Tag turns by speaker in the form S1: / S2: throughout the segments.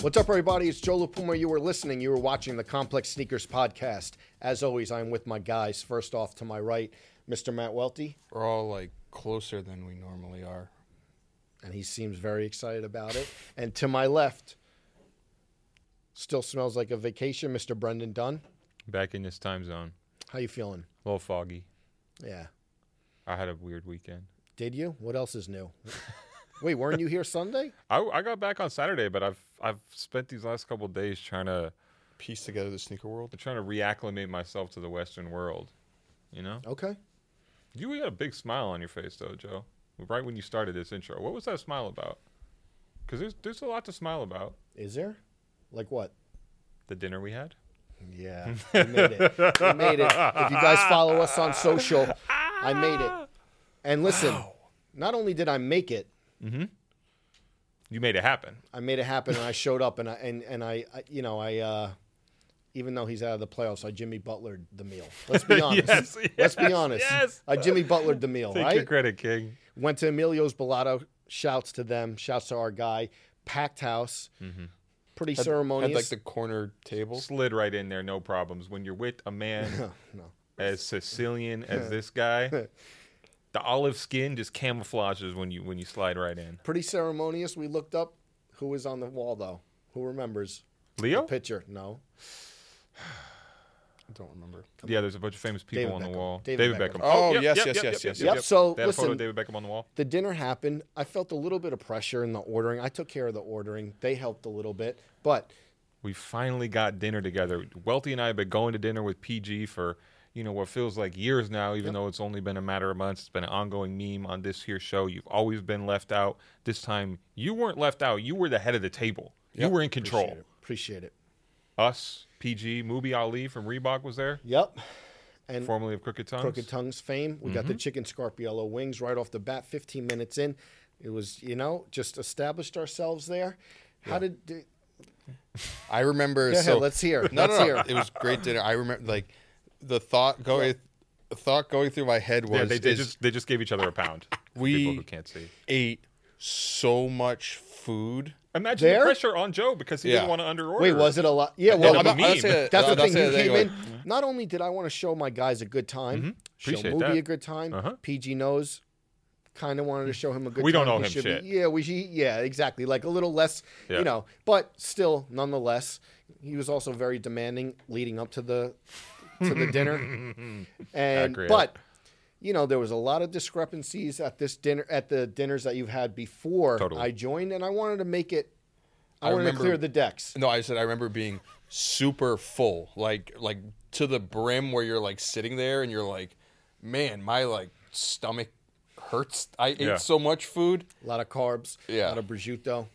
S1: What's up, everybody? It's Joe LaPuma. You are listening. You are watching the Complex Sneakers Podcast. As always, I'm with my guys. First off, to my right, Mr. Matt Welty,
S2: We're all like closer than we normally are.
S1: and he seems very excited about it. And to my left, still smells like a vacation, Mr. Brendan Dunn.
S3: Back in this time zone.
S1: How you feeling?
S3: A little foggy.
S1: Yeah.
S3: I had a weird weekend.
S1: Did you? What else is new? Wait, weren't you here Sunday?
S3: I, I got back on Saturday, but I've I've spent these last couple of days trying to
S2: Piece together the sneaker world.
S3: trying to reacclimate myself to the Western world. You know,
S1: Okay.
S3: you had a big smile on your face though, Joe. Right when you started this intro, what was that smile about? Because there's there's a lot to smile about.
S1: Is there? Like what?
S3: The dinner we had.
S1: Yeah, I made it. I made it. If you guys follow us on social, I made it. And listen, not only did I make it,
S3: You made it happen.
S1: I made it happen, and I showed up, and I and and I, I you know, I. uh even though he's out of the playoffs, I Jimmy Butlered the meal. Let's be honest.
S3: Yes,
S1: Let's be
S3: yes,
S1: honest.
S3: yes.
S1: I Jimmy Butlered the meal,
S3: Take
S1: right?
S3: your credit, King.
S1: Went to Emilio's Bellato. Shouts to them. Shouts to our guy. Packed house. Pretty ceremonious.
S2: Had like the corner table.
S3: Slid right in there, no problems. When you're with a man
S1: no.
S3: as Sicilian as this guy, the olive skin just camouflages when you when you slide right in.
S1: Pretty ceremonious. We looked up who was on the wall, though. Who remembers?
S3: Leo?
S1: The picture. No.
S2: I don't remember.
S3: Yeah, there's a bunch of famous people
S1: David
S3: on
S1: Beckham.
S3: the wall.
S1: David
S3: David,
S1: Beckham.
S2: Oh,
S3: Beckham.
S2: yes, yes, yes, yes,
S1: yes. So,
S3: they had a photo of
S1: listen-
S3: David Beckham on the wall.
S1: The dinner happened. I felt a little bit of pressure in the ordering. I took care of the ordering. They helped a little bit, but
S3: We finally got dinner together. Welty and I have been going to dinner with PG for you know what feels like years now, even though it's only been a matter of months. It's been an ongoing meme on this here show. You've always been left out. This time you weren't left out. You were the head of the table. You were in control.
S1: appreciate it. Appreciate it.
S3: Us, PG, Mubi Ali from Reebok was there,
S1: Yep. And
S3: formerly of Crooked Tongues.
S1: Mm-hmm. Crooked Tongues fame. We
S2: Mm-hmm.
S1: got the chicken scarpiello wings right off the bat. Fifteen minutes in, it was you know just established ourselves there. How did? did
S2: I remember.
S1: Go ahead,
S2: so
S1: let's hear.
S2: No,
S1: Let's
S2: no, no.
S1: hear.
S2: It was great dinner. I remember like the thought going, the thought going through my head was
S3: yeah, they, they
S2: is
S3: just they just gave each other a pound. for
S2: We-
S3: people who can't see.
S2: ate so much food.
S3: Imagine
S1: There?
S3: the pressure on Joe because he
S2: Yeah.
S3: didn't want to underorder.
S1: Wait, was it a lot? Yeah. Well,
S3: no,
S1: I'm
S3: but
S1: not-
S3: me-
S2: I'll
S3: meme.
S2: say that-
S1: that's
S2: I'll
S1: the thing.
S2: say
S1: He
S2: that
S1: came
S2: anyway.
S1: in. Not only did I want to show my guys a good time, show
S3: Mm-hmm. Appreciate
S1: Moody
S3: that. Uh-huh.
S1: a good time. PG knows. Kind of wanted to show him a good.
S3: We
S1: time.
S3: don't know
S1: He
S3: him
S1: should be-
S3: shit.
S1: yeah, we. He, yeah, exactly. Like a little less,
S3: Yeah.
S1: you know, but still, nonetheless, he was also very demanding leading up to the to the dinner. And
S3: Accurate.
S1: but you know, there was a lot of discrepancies at this dinner at the dinners that you've had before
S3: Totally.
S1: I joined, and I wanted to make it. I,
S2: I
S1: wanted
S2: remember-
S1: to clear the decks.
S2: No, I said I remember being super full, like like to the brim where you're like sitting there and you're like, man, my like stomach hurts. I ate
S3: Yeah.
S2: so much food.
S1: A lot of carbs. A
S2: Yeah.
S1: lot of prosciutto.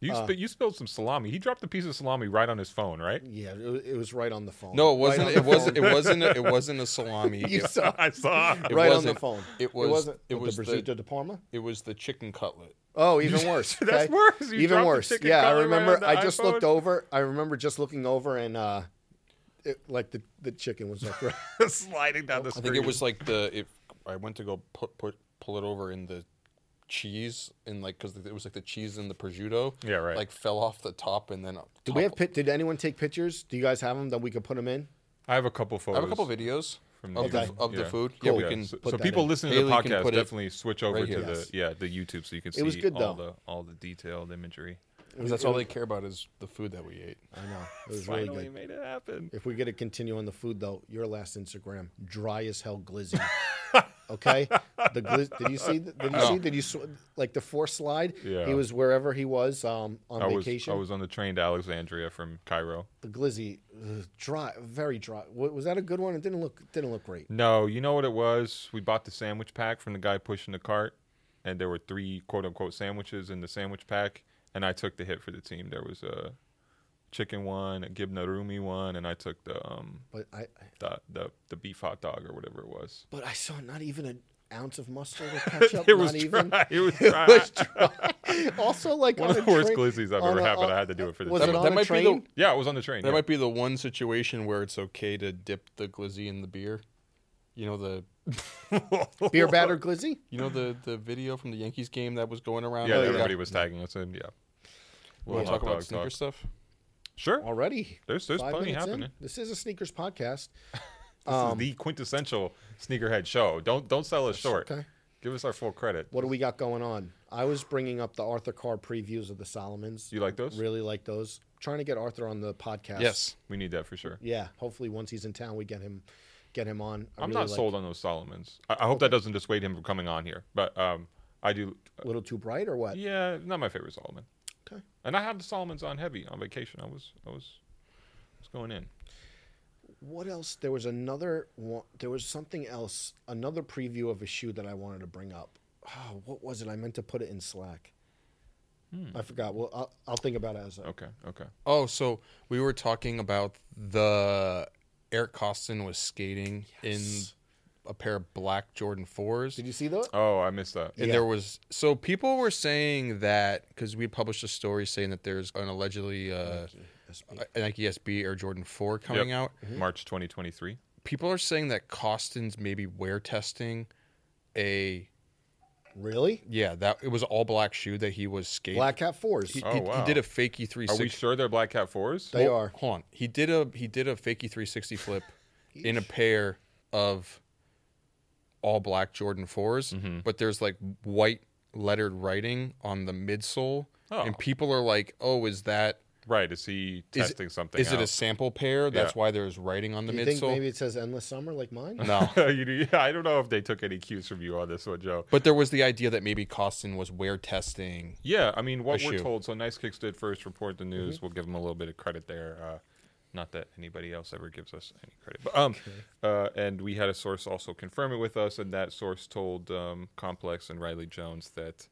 S3: You,
S2: Uh.
S3: sp- you spilled some salami. He dropped a piece of salami right on his phone, right?
S1: Yeah, it, wa- it was right on the phone.
S2: No, it
S1: Right
S2: wasn't.
S1: on
S2: it
S1: the
S2: wasn't.
S1: phone.
S2: It wasn't. A, it wasn't a salami.
S1: You
S2: it,
S1: saw
S3: I saw.
S2: it
S1: right on
S2: wasn't.
S1: the phone.
S2: It was. It,
S1: wasn't. with
S2: was
S1: the
S2: the,
S1: prosciutto de Parma.
S2: It was the chicken cutlet.
S1: Oh, even worse.
S3: That's
S1: okay?
S3: worse. You dropped
S1: even
S3: the
S1: worse.
S3: chicken
S1: Yeah, I
S3: cutlet right
S1: remember.
S3: on the
S1: I just
S3: iPhone.
S1: looked over. I remember just looking over and. uh it, like the, the chicken was like right-
S3: sliding down the
S2: I
S3: screen.
S2: think it was like the. If I went to go put, put pull it over in the cheese and like because it was like the cheese and the prosciutto.
S3: Yeah, right.
S2: Like fell off the top and then.
S1: Did we have? pi- Did anyone take pictures? Do you guys have them that we could put them in?
S3: I have a couple photos.
S2: I have a couple videos
S3: from
S2: of the,
S1: YouTube.
S2: of the
S3: Yeah.
S2: food.
S1: Cool.
S2: Yeah, we
S3: Yeah,
S2: can.
S3: so,
S1: put
S3: so
S1: that
S3: people
S1: in.
S3: listening to the
S2: Haley can
S3: podcast
S2: put it
S3: definitely switch over
S2: right
S3: to
S2: here.
S3: the
S1: Yes.
S3: yeah the YouTube so you can see
S1: It was good,
S3: all
S1: though.
S3: the all the detailed imagery.
S2: Because that's all they care about is the food that we ate.
S1: I know it was really
S3: Finally
S1: good.
S3: made it happen.
S1: If we get to continue on the food, though, your last Instagram, dry as hell glizzy. okay, the gliz- did you see? th- Did you see? Did you sw- like the fourth slide?
S3: Yeah.
S1: He was wherever he was um, on
S3: I was
S1: vacation.
S3: I was on the train to Alexandria from Cairo.
S1: The glizzy, ugh, dry, very dry. Wa- Was that a good one? It didn't look didn't look great.
S3: No, you know what it was? We bought the sandwich pack from the guy pushing the cart, and there were three quote unquote sandwiches in the sandwich pack, and I took the hit for the team. There was a chicken one, a gibna rumi one, and I took the um
S1: But I,
S3: the the, the beef hot dog or whatever it was.
S1: but I saw not even an ounce of mustard or ketchup.
S3: It
S1: not
S3: was,
S1: even.
S3: dry. it was dry.
S1: Also, like
S3: One
S1: on
S3: of
S1: a
S3: the worst
S1: train-
S3: glizzies I've
S1: on
S3: ever
S1: a-
S3: had, but
S1: on-
S3: I had to do it for the
S1: Was it
S3: team.
S1: on
S2: That
S1: a
S2: might be the-
S1: train?
S3: Yeah, it was on the train.
S2: That
S3: yeah.
S2: might be the one situation where it's okay to dip the glizzy in the beer. You know the
S1: Beer batter glizzy. Oh,
S2: you know the the video from the Yankees game that was going around.
S3: yeah,
S2: that
S3: that
S2: got-
S3: everybody was tagging us in. Yeah,
S2: We'll
S3: We'll
S2: talk
S3: hot
S2: about
S3: dog
S2: sneaker
S3: talk.
S2: stuff.
S3: Sure.
S1: already.
S3: There's- there's
S1: Five
S3: plenty
S1: minutes in.
S3: happening.
S1: This is a sneakers podcast.
S3: This
S1: Um,
S3: is the quintessential sneakerhead show. Don't don't sell us short.
S1: okay.
S3: Give us our full credit.
S1: What do we got going on? I was bringing up the Arthur Carr previews of the Solomons.
S3: You like those?
S1: Really like those. Trying to get Arthur on the podcast.
S2: Yes.
S3: We need that for sure.
S1: Yeah. Hopefully, once he's in town, we get him, get him on. I
S3: I'm
S1: really
S3: not
S1: like-
S3: sold on those Solomons. I, I hope that doesn't dissuade him from coming on here. But um, I do.
S1: A little too bright or what?
S3: Yeah, not my favorite Solomon.
S1: Uh, Okay.
S3: And I had the Solomons on heavy on vacation. I was I was I was going in.
S1: What else? There was another. one- There was something else. Another preview of a shoe that I wanted to bring up. Oh, what was it? I meant to put it in Slack. I forgot. Well, I'll, I'll think about it as. I
S3: Hmm. Okay. Okay.
S2: Oh, so we were talking about the Eric Costin was skating
S1: Yes.
S2: in a pair of black Jordan 4s.
S1: Did you see that?
S3: Oh, I missed that.
S2: And
S1: Yeah.
S2: there was so people were saying that because we published a story saying that there's an allegedly uh, a Nike SB Air Jordan Four coming
S3: Yep.
S2: out.
S1: Mm-hmm.
S3: March 2023.
S2: People are saying that Costin's maybe wear testing a
S1: Really?
S2: yeah that it was all black shoe that he was skating.
S1: Black Hat Fours.
S2: He,
S3: Oh,
S2: he- he
S3: wow.
S2: did a fakey three
S3: Are we
S2: sixty.
S3: sure they're Black Cat fours?
S1: They are.
S2: Hold on. He did a he did a fakey three sixty flip in a pair of all black Jordan 4s
S3: Mm-hmm.
S2: but there's like white lettered writing on the midsole,
S3: Oh.
S2: and people are like, "Oh, is that
S3: Right. Is he
S2: is-
S3: testing something?
S2: Is it a
S3: out?
S2: sample pair? That's
S3: Yeah.
S2: why there's writing on the
S1: Do you
S2: midsole.
S1: think maybe it says "Endless Summer" like mine?
S2: no.
S3: You do- yeah, I don't know if they took any cues from you on this one, Joe.
S2: But there was the idea that maybe Costin was wear testing.
S3: Yeah, I mean, what
S2: A
S3: we're
S2: shoe.
S3: told. So Nice Kicks did first report the news. We'll give them a little bit of credit there. Uh, not that anybody else ever gives us any credit, but um, uh, and we had a source also confirm it with us, and that source told um, Complex and Riley Jones that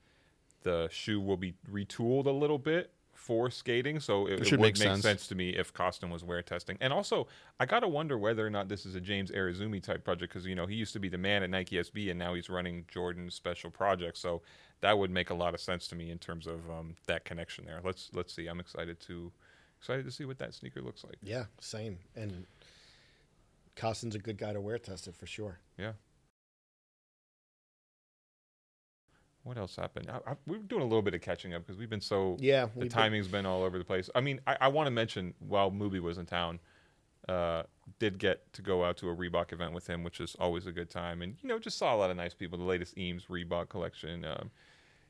S3: the shoe will be retooled a little bit for skating. So it, it
S2: should
S3: would
S2: make
S3: make
S2: sense.
S3: sense. to me if Costin was wear testing. And also, I gotta wonder whether or not this is a James Arizumi type project because you know he used to be the man at Nike SB, and now he's running Jordan's special project. So that would make a lot of sense to me in terms of um, that connection there. Let's let's see. I'm excited to excited to see what that sneaker looks like.
S1: Yeah, same. And Costin's a good guy to wear test it for sure.
S3: Yeah. What else happened? I, I, we we're doing a little bit of catching up because we've been so
S1: Yeah,
S3: the
S1: we've been-
S3: timing's been all over the place. I mean, I, I want to mention while Mubi was in town, uh, did get to go out to a Reebok event with him, which is always a good time, and you know just saw a lot of nice people. The latest Eames Reebok collection. Um,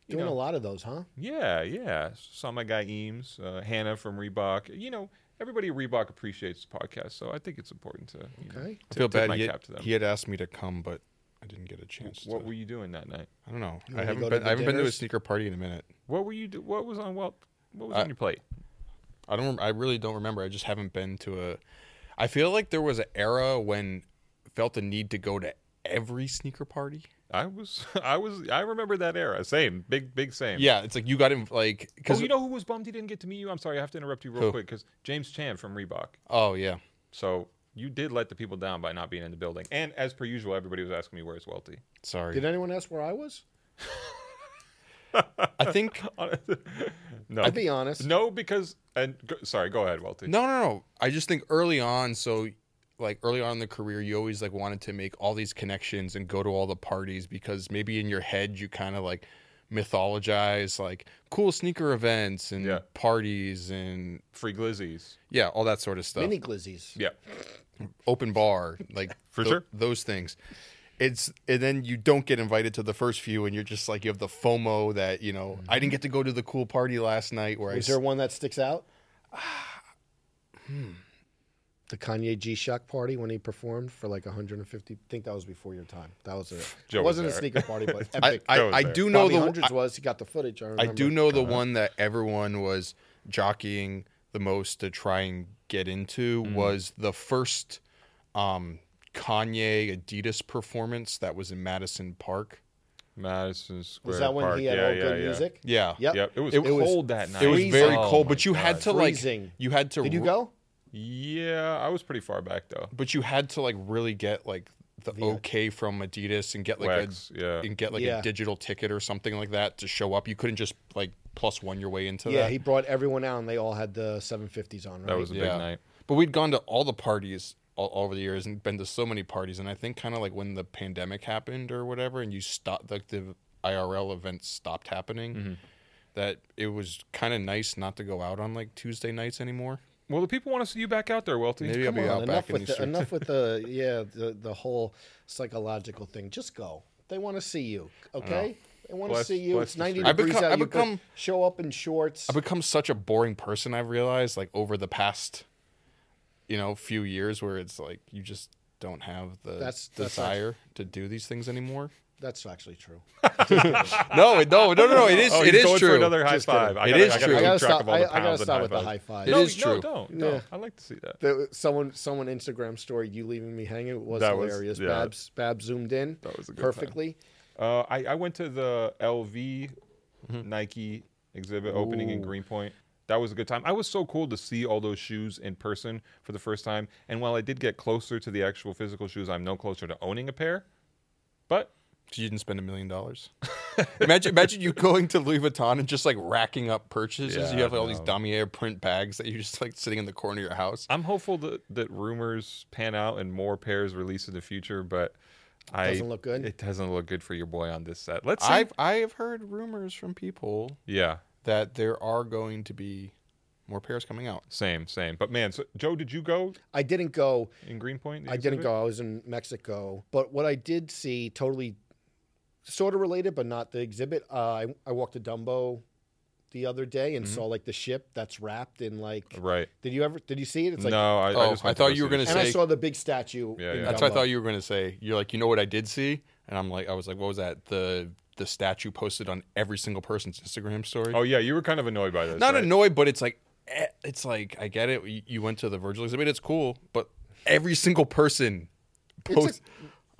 S3: you
S1: Doing
S3: know,
S1: a lot of those, huh?
S3: yeah, yeah. Saw my guy Eames, uh, Hannah from Reebok. You know, everybody at Reebok appreciates the podcast, so I think it's important to you know,
S1: Okay.
S2: I
S3: tip-
S2: feel
S3: tip
S2: bad.
S3: my
S2: He
S3: cap
S2: had,
S3: to them.
S2: he had asked me to come, but I didn't get a chance.
S3: What
S2: to,
S3: were you doing that night?
S2: I don't know. I
S1: wanna
S2: haven't
S1: go to
S2: been.
S1: the
S2: I haven't been to a
S1: dinners?
S2: sneaker party in a minute.
S3: What were you? Do- what was on? Well, what was
S2: Uh,
S3: on your plate?
S2: I don't. rem- I really don't remember. I just haven't been to a. I feel like there was an era when felt the need to go to every sneaker party.
S3: I was, I was, I remember that era. Same, big, big, same.
S2: Yeah, it's like you got him like
S3: Oh,
S2: because
S3: you know who was bummed he didn't get to meet you? I'm sorry, I have to interrupt you real
S2: Who?
S3: quick because James Chan from Reebok.
S2: oh yeah.
S3: So you did let the people down by not being in the building. And as per usual, everybody was asking me where's Welty.
S2: Sorry.
S1: Did anyone ask where I was?
S2: I think
S3: no,
S1: I'll be honest.
S3: no, because and go, sorry, go ahead, Welty.
S2: No, no, no. I just think early on, so like early on in the career, you always like wanted to make all these connections and go to all the parties because maybe in your head you kind of like mythologize like cool sneaker events and
S3: Yeah.
S2: parties and
S3: Free glizzies.
S2: yeah, all that sort of stuff.
S1: Mini glizzies.
S3: Yeah,
S2: Open bar, like
S3: For
S2: tho-
S3: sure.
S2: those things. It's and then you don't get invited to the first few, and you're just like you have the FOMO that you
S3: Mm.
S2: know I didn't get to go to the cool party last night where I
S1: Is
S2: s-
S1: there one that sticks out? Ah, hmm. The Kanye G Shock party when he performed for like 150. I think that was before your time. That was a,
S3: Joe
S1: it
S3: was
S1: wasn't a
S3: there.
S1: sneaker party, but
S2: I,
S1: epic.
S2: I,
S3: That was
S2: I
S3: there.
S2: do know
S1: Bobby
S2: the
S1: hundreds was. He got the footage. I,
S2: I
S1: remember.
S2: do know the one that everyone was jockeying the most to try and get into
S1: Mm.
S2: was the first um, Kanye Adidas performance that was in Madison Park.
S3: Madison Square
S1: Was that when
S3: Park.
S1: he had
S3: yeah,
S1: all
S3: yeah,
S1: good
S3: yeah.
S1: music?
S2: Yeah.
S1: Yep.
S3: Yep, it was
S2: It
S1: was-
S3: cold that night.
S2: It was very
S1: Freezing.
S2: cold,
S3: Oh
S2: but
S3: my
S2: you had
S3: God.
S2: to like
S1: Freezing.
S2: you had to
S1: Did you
S2: r-
S1: go?
S3: Yeah, I was pretty far back though.
S2: but you had to like really get like the okay from Adidas and get like
S3: Wax,
S2: a
S3: yeah.
S2: and get like
S1: uh, Yeah.
S2: a digital ticket or something like that to show up. You couldn't just like plus one your way into
S1: Yeah,
S2: that.
S1: he brought everyone out and they all had the 750s on. Right?
S3: That was a big night.
S2: But we'd gone to all the parties all, all over the years and been to so many parties. And I think kind of like when the
S3: Mm-hmm.
S2: pandemic happened or whatever, and you stopped, like the IRL events stopped happening, that it was kind of nice not to go out on like Tuesday nights anymore.
S3: Well, the people want to see you back out there, Welty.
S2: Maybe I'll be out
S1: enough
S2: back in
S1: with
S2: these
S1: the,
S2: streets.
S1: enough with the yeah the the whole psychological thing. Just go. They want to see you. Okay. They want to
S3: Bless-
S1: see you.
S3: bless
S1: It's
S3: the
S1: ninety
S3: street.
S2: I
S1: degrees
S2: become-
S1: out.
S2: I
S1: you could
S2: become-
S1: show up in shorts.
S2: I've become such a boring person. I've realized like over the past, you know, few years where it's like you just don't have the
S1: That's- that's
S2: desire to do these things anymore.
S1: That's actually true.
S2: No, it- no, no, no, no. It is.
S3: Oh,
S2: it
S3: he's
S2: is
S3: going for
S2: true.
S3: another high
S1: Just kidding.
S3: five. I
S2: It
S3: gotta,
S2: is
S3: I gotta
S2: true.
S1: I
S3: keep
S1: gotta
S3: track
S1: stop.
S3: of all
S1: I,
S3: the
S1: I
S3: pounds
S1: gotta
S3: and
S1: stop with the
S3: high-fives.
S1: high five.
S2: It
S3: no,
S2: is
S3: no,
S2: true.
S3: Don't, no.
S1: Yeah.
S3: I like to see that.
S1: There- someone, someone Instagram story. You leaving me hanging was
S3: That was-
S1: hilarious.
S3: yeah.
S1: Babs, Babs zoomed in
S3: That was a good time.
S1: perfectly.
S3: Uh, I, I went to the LV Nike exhibit opening in
S2: Mm-hmm. Ooh.
S3: Greenpoint. That was a good time. I was so cool to see all those shoes in person for the first time. And while I did get closer to the actual physical shoes, I'm no closer to owning a pair. But
S2: You didn't spend a million dollars. Imagine, imagine you going to Louis Vuitton and just like racking up purchases. you
S3: Yeah,
S2: have all these
S3: no.
S2: damier print bags that you're just like sitting in the corner of your house.
S3: I'm hopeful that, that rumors pan out and more pairs release in the future. But I
S1: Doesn't look good?
S3: It doesn't look good for your boy on this set. Let's see.
S2: I've I have heard rumors from people
S3: yeah,
S2: that there are going to be more pairs coming out.
S3: same, same. But man, so Joe, did you go
S1: I didn't go.
S3: in Greenpoint? the
S1: I didn't
S3: exhibit?
S1: go. I was in Mexico. But what I did see, totally, sort of related, but not the exhibit. Uh, I I walked to Dumbo the other day
S2: Mm-hmm.
S1: and saw like the ship that's wrapped in like.
S3: Right.
S1: Did you ever? Did you see it? It's like.
S3: no, I, I
S2: Oh,
S3: just
S2: I
S3: went to
S2: thought
S3: go
S2: you
S3: see
S2: were
S3: the
S2: gonna
S3: show.
S1: And I
S2: say-
S1: saw the big statue.
S3: Yeah,
S1: in
S3: yeah.
S2: That's what I
S1: Dumbo.
S2: thought you were going to say. You're like, you know what I did see? And I'm like, I was like, what was that? The the statue posted on every single person's Instagram story.
S3: Oh yeah, you were kind of annoyed by this.
S2: Not
S3: right?
S2: annoyed, but it's like, eh, it's like I get it. You, you went to the Virgil exhibit. It's cool, but every single person post.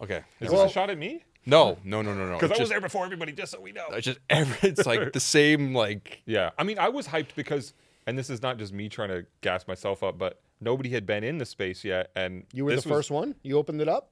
S2: okay. never
S3: Is this
S2: mind.
S3: a shot at me?
S2: No, no, no, no, no.
S3: Because
S2: It's
S3: I was
S2: just,
S3: there before everybody, just so we know.
S2: it's just every. It's like the same. Like
S3: yeah, I mean, I was hyped because, and this is not just me trying to gas myself up, but nobody had been in the space yet, and
S1: You were
S3: this
S1: the
S3: was-
S1: first one. You opened it up.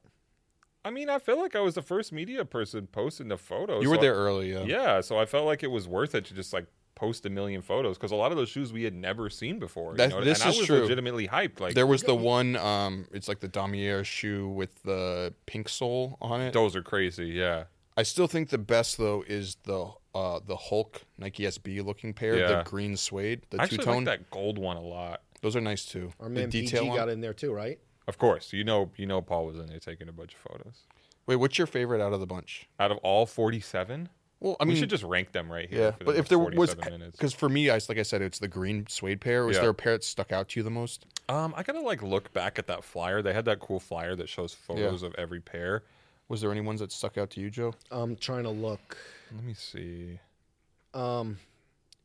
S3: I mean, I feel like I was the first media person posting the photos.
S2: you were
S3: so I-
S2: there early. Yeah.
S3: yeah, so I felt like it was worth it to just like post a million photos because a lot of those shoes we had never seen before.
S2: That-
S3: you know?
S2: this
S3: and
S2: is
S3: I was
S2: true.
S3: legitimately hyped. Like
S2: There was the one. Um, it's like the Damier shoe with the pink sole on it.
S3: those are crazy. Yeah,
S2: I still think the best though is the uh, the Hulk Nike SB looking pair,
S3: Yeah.
S2: the green suede, the
S3: I
S2: two
S3: actually like
S2: tone.
S3: that gold one a lot.
S2: Those are nice too.
S1: Our man
S2: the
S1: PG
S2: detail. on-
S1: got in there too, right?
S3: Of course, you know, you know, Paul was in there taking a bunch of photos.
S2: Wait, what's your favorite out of the bunch?
S3: Out of all forty-seven.
S2: Well, I
S3: we
S2: mean,
S3: should just rank them right here.
S2: yeah,
S3: for the
S2: but if
S3: next
S2: there was
S3: 47 minutes.
S2: because for me, I like I said, it's the green suede pair. Was
S3: Yeah.
S2: there a pair that stuck out to you the most?
S3: um, I gotta like look back at that flyer. They had that cool flyer that shows photos of every pair.
S2: Was there any ones that stuck out to you, Joe?
S1: I'm trying to look.
S3: Let me see.
S1: Um,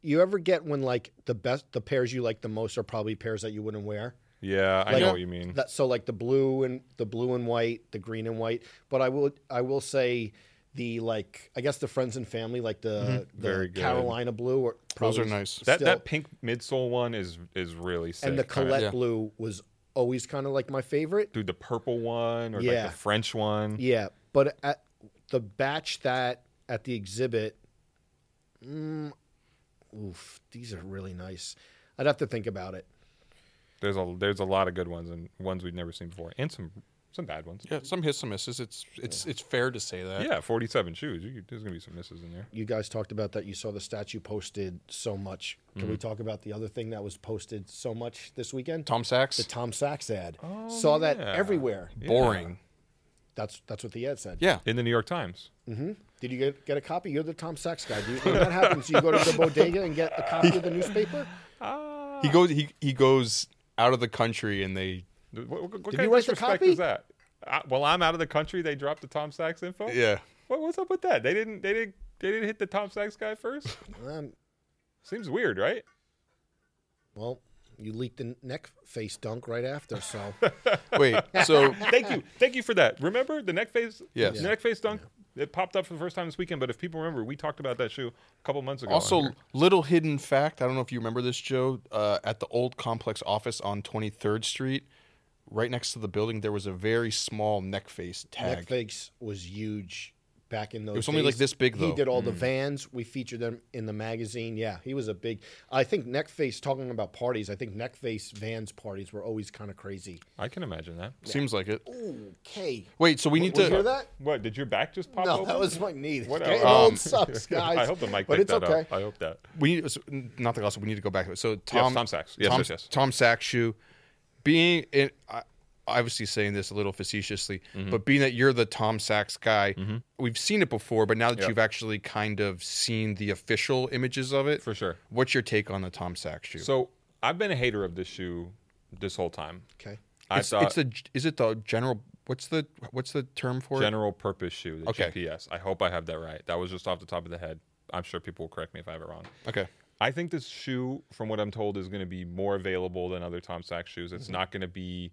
S1: you ever get when like the best the pairs you like the most are probably pairs that you wouldn't wear?
S3: Yeah, I
S1: Like-
S3: know what you mean.
S1: That so like the blue and the blue and white, the green and white. But I will I will say the like I guess the friends and family like the, the
S3: Mm-hmm. Very good.
S1: Carolina blue or
S2: Those
S1: probably
S2: are nice.
S3: That
S1: still-
S3: that pink midsole one is is really sick.
S1: and the
S3: kinda-
S1: Colette
S2: Yeah.
S1: blue was always kind of like my favorite.
S3: dude, the purple one or
S1: Yeah.
S3: like the French one.
S1: Yeah, but at the batch that at the exhibit, mm, oof, these are really nice. I'd have to think about it.
S3: There's a there's a lot of good ones and ones we've never seen before, and some some bad ones.
S2: Yeah, some hits, some misses. It's it's it's fair to say that.
S3: Yeah, 47 shoes. You, there's gonna be some misses in there.
S1: You guys talked about that. You saw the statue posted so much. Can
S3: Mm-hmm.
S1: we talk about the other thing that was posted so much this weekend?
S2: Tom Sachs,
S1: the Tom Sachs ad.
S2: Oh,
S1: saw that
S3: yeah.
S1: everywhere.
S2: boring.
S1: That's that's what the ad said.
S2: Yeah.
S3: In the New York Times.
S1: Did you get, get a copy? You're the Tom Sachs guy. Do you, when that happens, you go to the bodega and get a copy of the newspaper.
S2: he goes he he goes out of the country and they
S3: What, what, what
S1: Did
S3: kind
S1: you
S3: of
S1: write the
S3: disrespect
S1: copy?
S3: is that? Uh, well, I'm out of the country. They dropped the Tom Sachs info.
S2: yeah.
S3: What, what's up with that? They didn't. They didn't. They didn't hit the Tom Sachs guy first.
S1: Um,
S3: Seems weird, right?
S1: well, you leaked the neck face dunk right after, so.
S2: Wait, so
S3: Thank you. Thank you for that. Remember the neck phase?
S2: Yes.
S3: The neck phase dunk. It popped up for the first time this weekend. But if people remember, we talked about that shoe a couple months ago. on
S2: Also,
S3: here.
S2: little hidden fact. I don't know if you remember this, Joe. Uh, at the old complex office on 23rd Street, right next to the building, there was a very small neck face tag.
S1: Netflix was huge. back in those.
S2: It was only like
S1: days.
S2: this big,
S1: He
S2: though. Mm.
S1: did all the vans. We featured them in the magazine. Yeah, he was a big. I think Neckface talking about parties. I think Neckface Vans parties were always kind of crazy.
S3: I can imagine that.
S2: Seems like it.
S1: Okay.
S2: Wait, so we
S1: W-
S2: need
S1: was
S2: to.
S1: Hear that?
S3: What did your back just pop?
S1: No,
S3: open?
S1: that was my knee.
S3: What
S1: Getting
S3: else?
S1: old
S2: Um,
S1: sucks, guys.
S3: I hope the mic
S1: but
S3: picked
S1: it's
S3: that
S1: okay.
S3: up. I hope that.
S2: We need, so- not the glass. We need to go back. to it. So Tom,
S3: Tom Sachs. Yes,
S2: Tom,
S3: yes, yes.
S2: Tom Saxshoe, being it, I, obviously saying this a little facetiously,
S3: Mm-hmm.
S2: but being that you're the Tom Sachs guy, we've seen it before, but now that
S3: Yeah.
S2: you've actually kind of seen the official images of it,
S3: For sure.
S2: What's your take on the Tom Sachs shoe?
S3: So I've been a hater of this shoe this whole time.
S1: Okay.
S3: I
S2: it's,
S3: thought
S2: it's the is it the general? What's the what's the term for it?
S3: general purpose shoe, the
S2: Okay.
S3: GPS. I hope I have that right. That was just off the top of the head. I'm sure people will correct me if I have it wrong.
S2: Okay,
S3: I think this shoe, from what I'm told, is going to be more available than other Tom Sachs shoes. It's not going to be,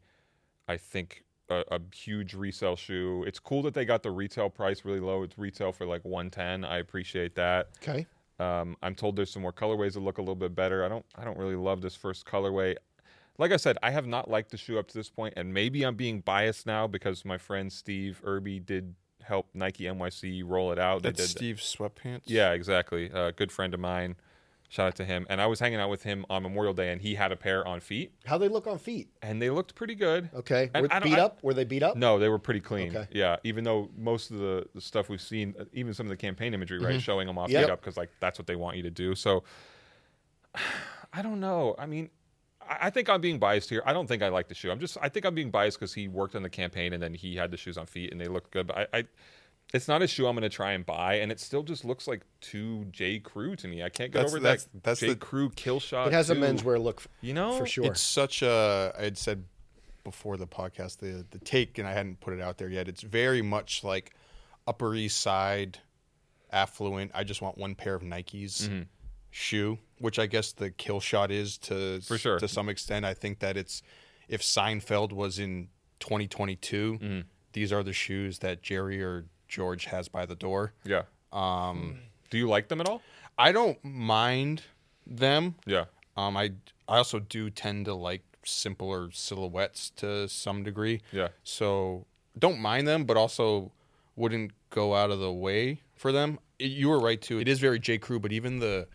S3: I think, a, a huge resale shoe. It's cool that they got the retail price really low. It's retail for like 110. I appreciate that.
S1: Okay.
S3: Um, I'm told there's some more colorways that look a little bit better. I don't I don't really love this first colorway. Like I said, I have not liked the shoe up to this point, and maybe I'm being biased now because my friend Steve Irby did help Nike NYC roll it out.
S2: that's
S3: they did
S2: Steve sweatpants.
S3: yeah, exactly. A good friend of mine. Shout out to him. And I was hanging out with him on Memorial Day, and he had a pair on feet,
S1: How they look on feet?
S3: and they looked pretty good.
S1: Okay.
S3: And
S1: Were
S3: I don't-
S1: beat
S3: I-
S1: up? Were they beat up?
S3: No, they were pretty clean.
S1: Okay.
S3: Yeah, even though most of the, the stuff we've seen, uh, even some of the campaign imagery, right, showing them off
S1: Mm-hmm. Yep.
S3: feet up because like that's what they want you to do. So I don't know. I mean, I, I think I'm being biased here. I don't think I like the shoe. I'm just I think I'm being biased because he worked on the campaign and then he had the shoes on feet and they looked good. But I. I it's not a shoe I'm going to try and buy, and it still just looks like two J Crew to me. I can't get
S2: That's-
S3: over
S2: that's-
S3: that
S2: that's
S3: J
S2: the-
S3: Crew kill shot.
S1: It has a
S3: too.
S1: menswear look. f-
S3: you know,
S1: for sure.
S2: It's such a I had said before the podcast the the take and I hadn't put it out there yet. It's very much like Upper East Side affluent. I just want one pair of Nikes
S3: Mm-hmm.
S2: shoe, which I guess the kill shot is to
S3: For sure.
S2: to some extent. I think that it's if Seinfeld was in 2022,
S3: Mm-hmm.
S2: these are the shoes that Jerry or George has by the door.
S3: Yeah. Um, do you like them at all?
S2: I don't mind them.
S3: Yeah.
S2: Um, I I also do tend to like simpler silhouettes to some degree.
S3: Yeah.
S2: So don't mind them, but also wouldn't go out of the way for them. I- you were right too. It is very J Crew, but even the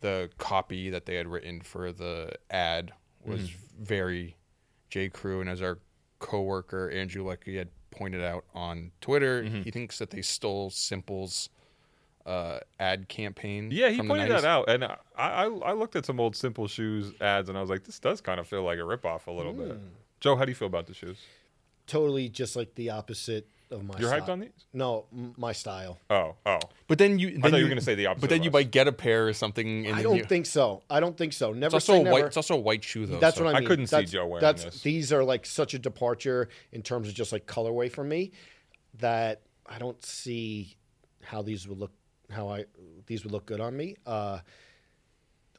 S2: the copy that they had written for the ad was
S3: Mm-hmm.
S2: very J Crew, and as our coworker Andrew Lucky had pointed out on Twitter,
S3: Mm-hmm.
S2: he thinks that they stole Simple's uh, ad campaign.
S3: Yeah, he
S2: from the
S3: pointed
S2: 90s.
S3: that out, and I, I I looked at some old Simple Shoes ads, and I was like, this does kind of feel like a ripoff a little bit.
S1: Mm.
S3: Joe, how do you feel about the shoes?
S1: Totally just like the opposite of my
S3: You're
S1: style.
S3: hyped on these?
S1: No, m- my style.
S3: Oh, oh,
S2: But then you, then
S3: thought you
S2: you
S3: were gonna say the opposite
S2: But then
S3: of
S2: you
S3: us.
S2: might get a pair or something. And
S1: I
S2: then
S1: don't
S2: you-
S1: think so. I don't think so. Never
S2: It's also
S1: say
S2: a white.
S1: never.
S2: It's also a white shoe though.
S1: That's
S2: so-
S1: what I
S3: Oh, I
S1: mean.
S3: couldn't see
S1: That's-
S3: Joe wearing
S1: that's,
S3: this.
S1: These are like such a departure in terms of just like colorway for me that I don't see how these would look how I these would look good on me. Uh,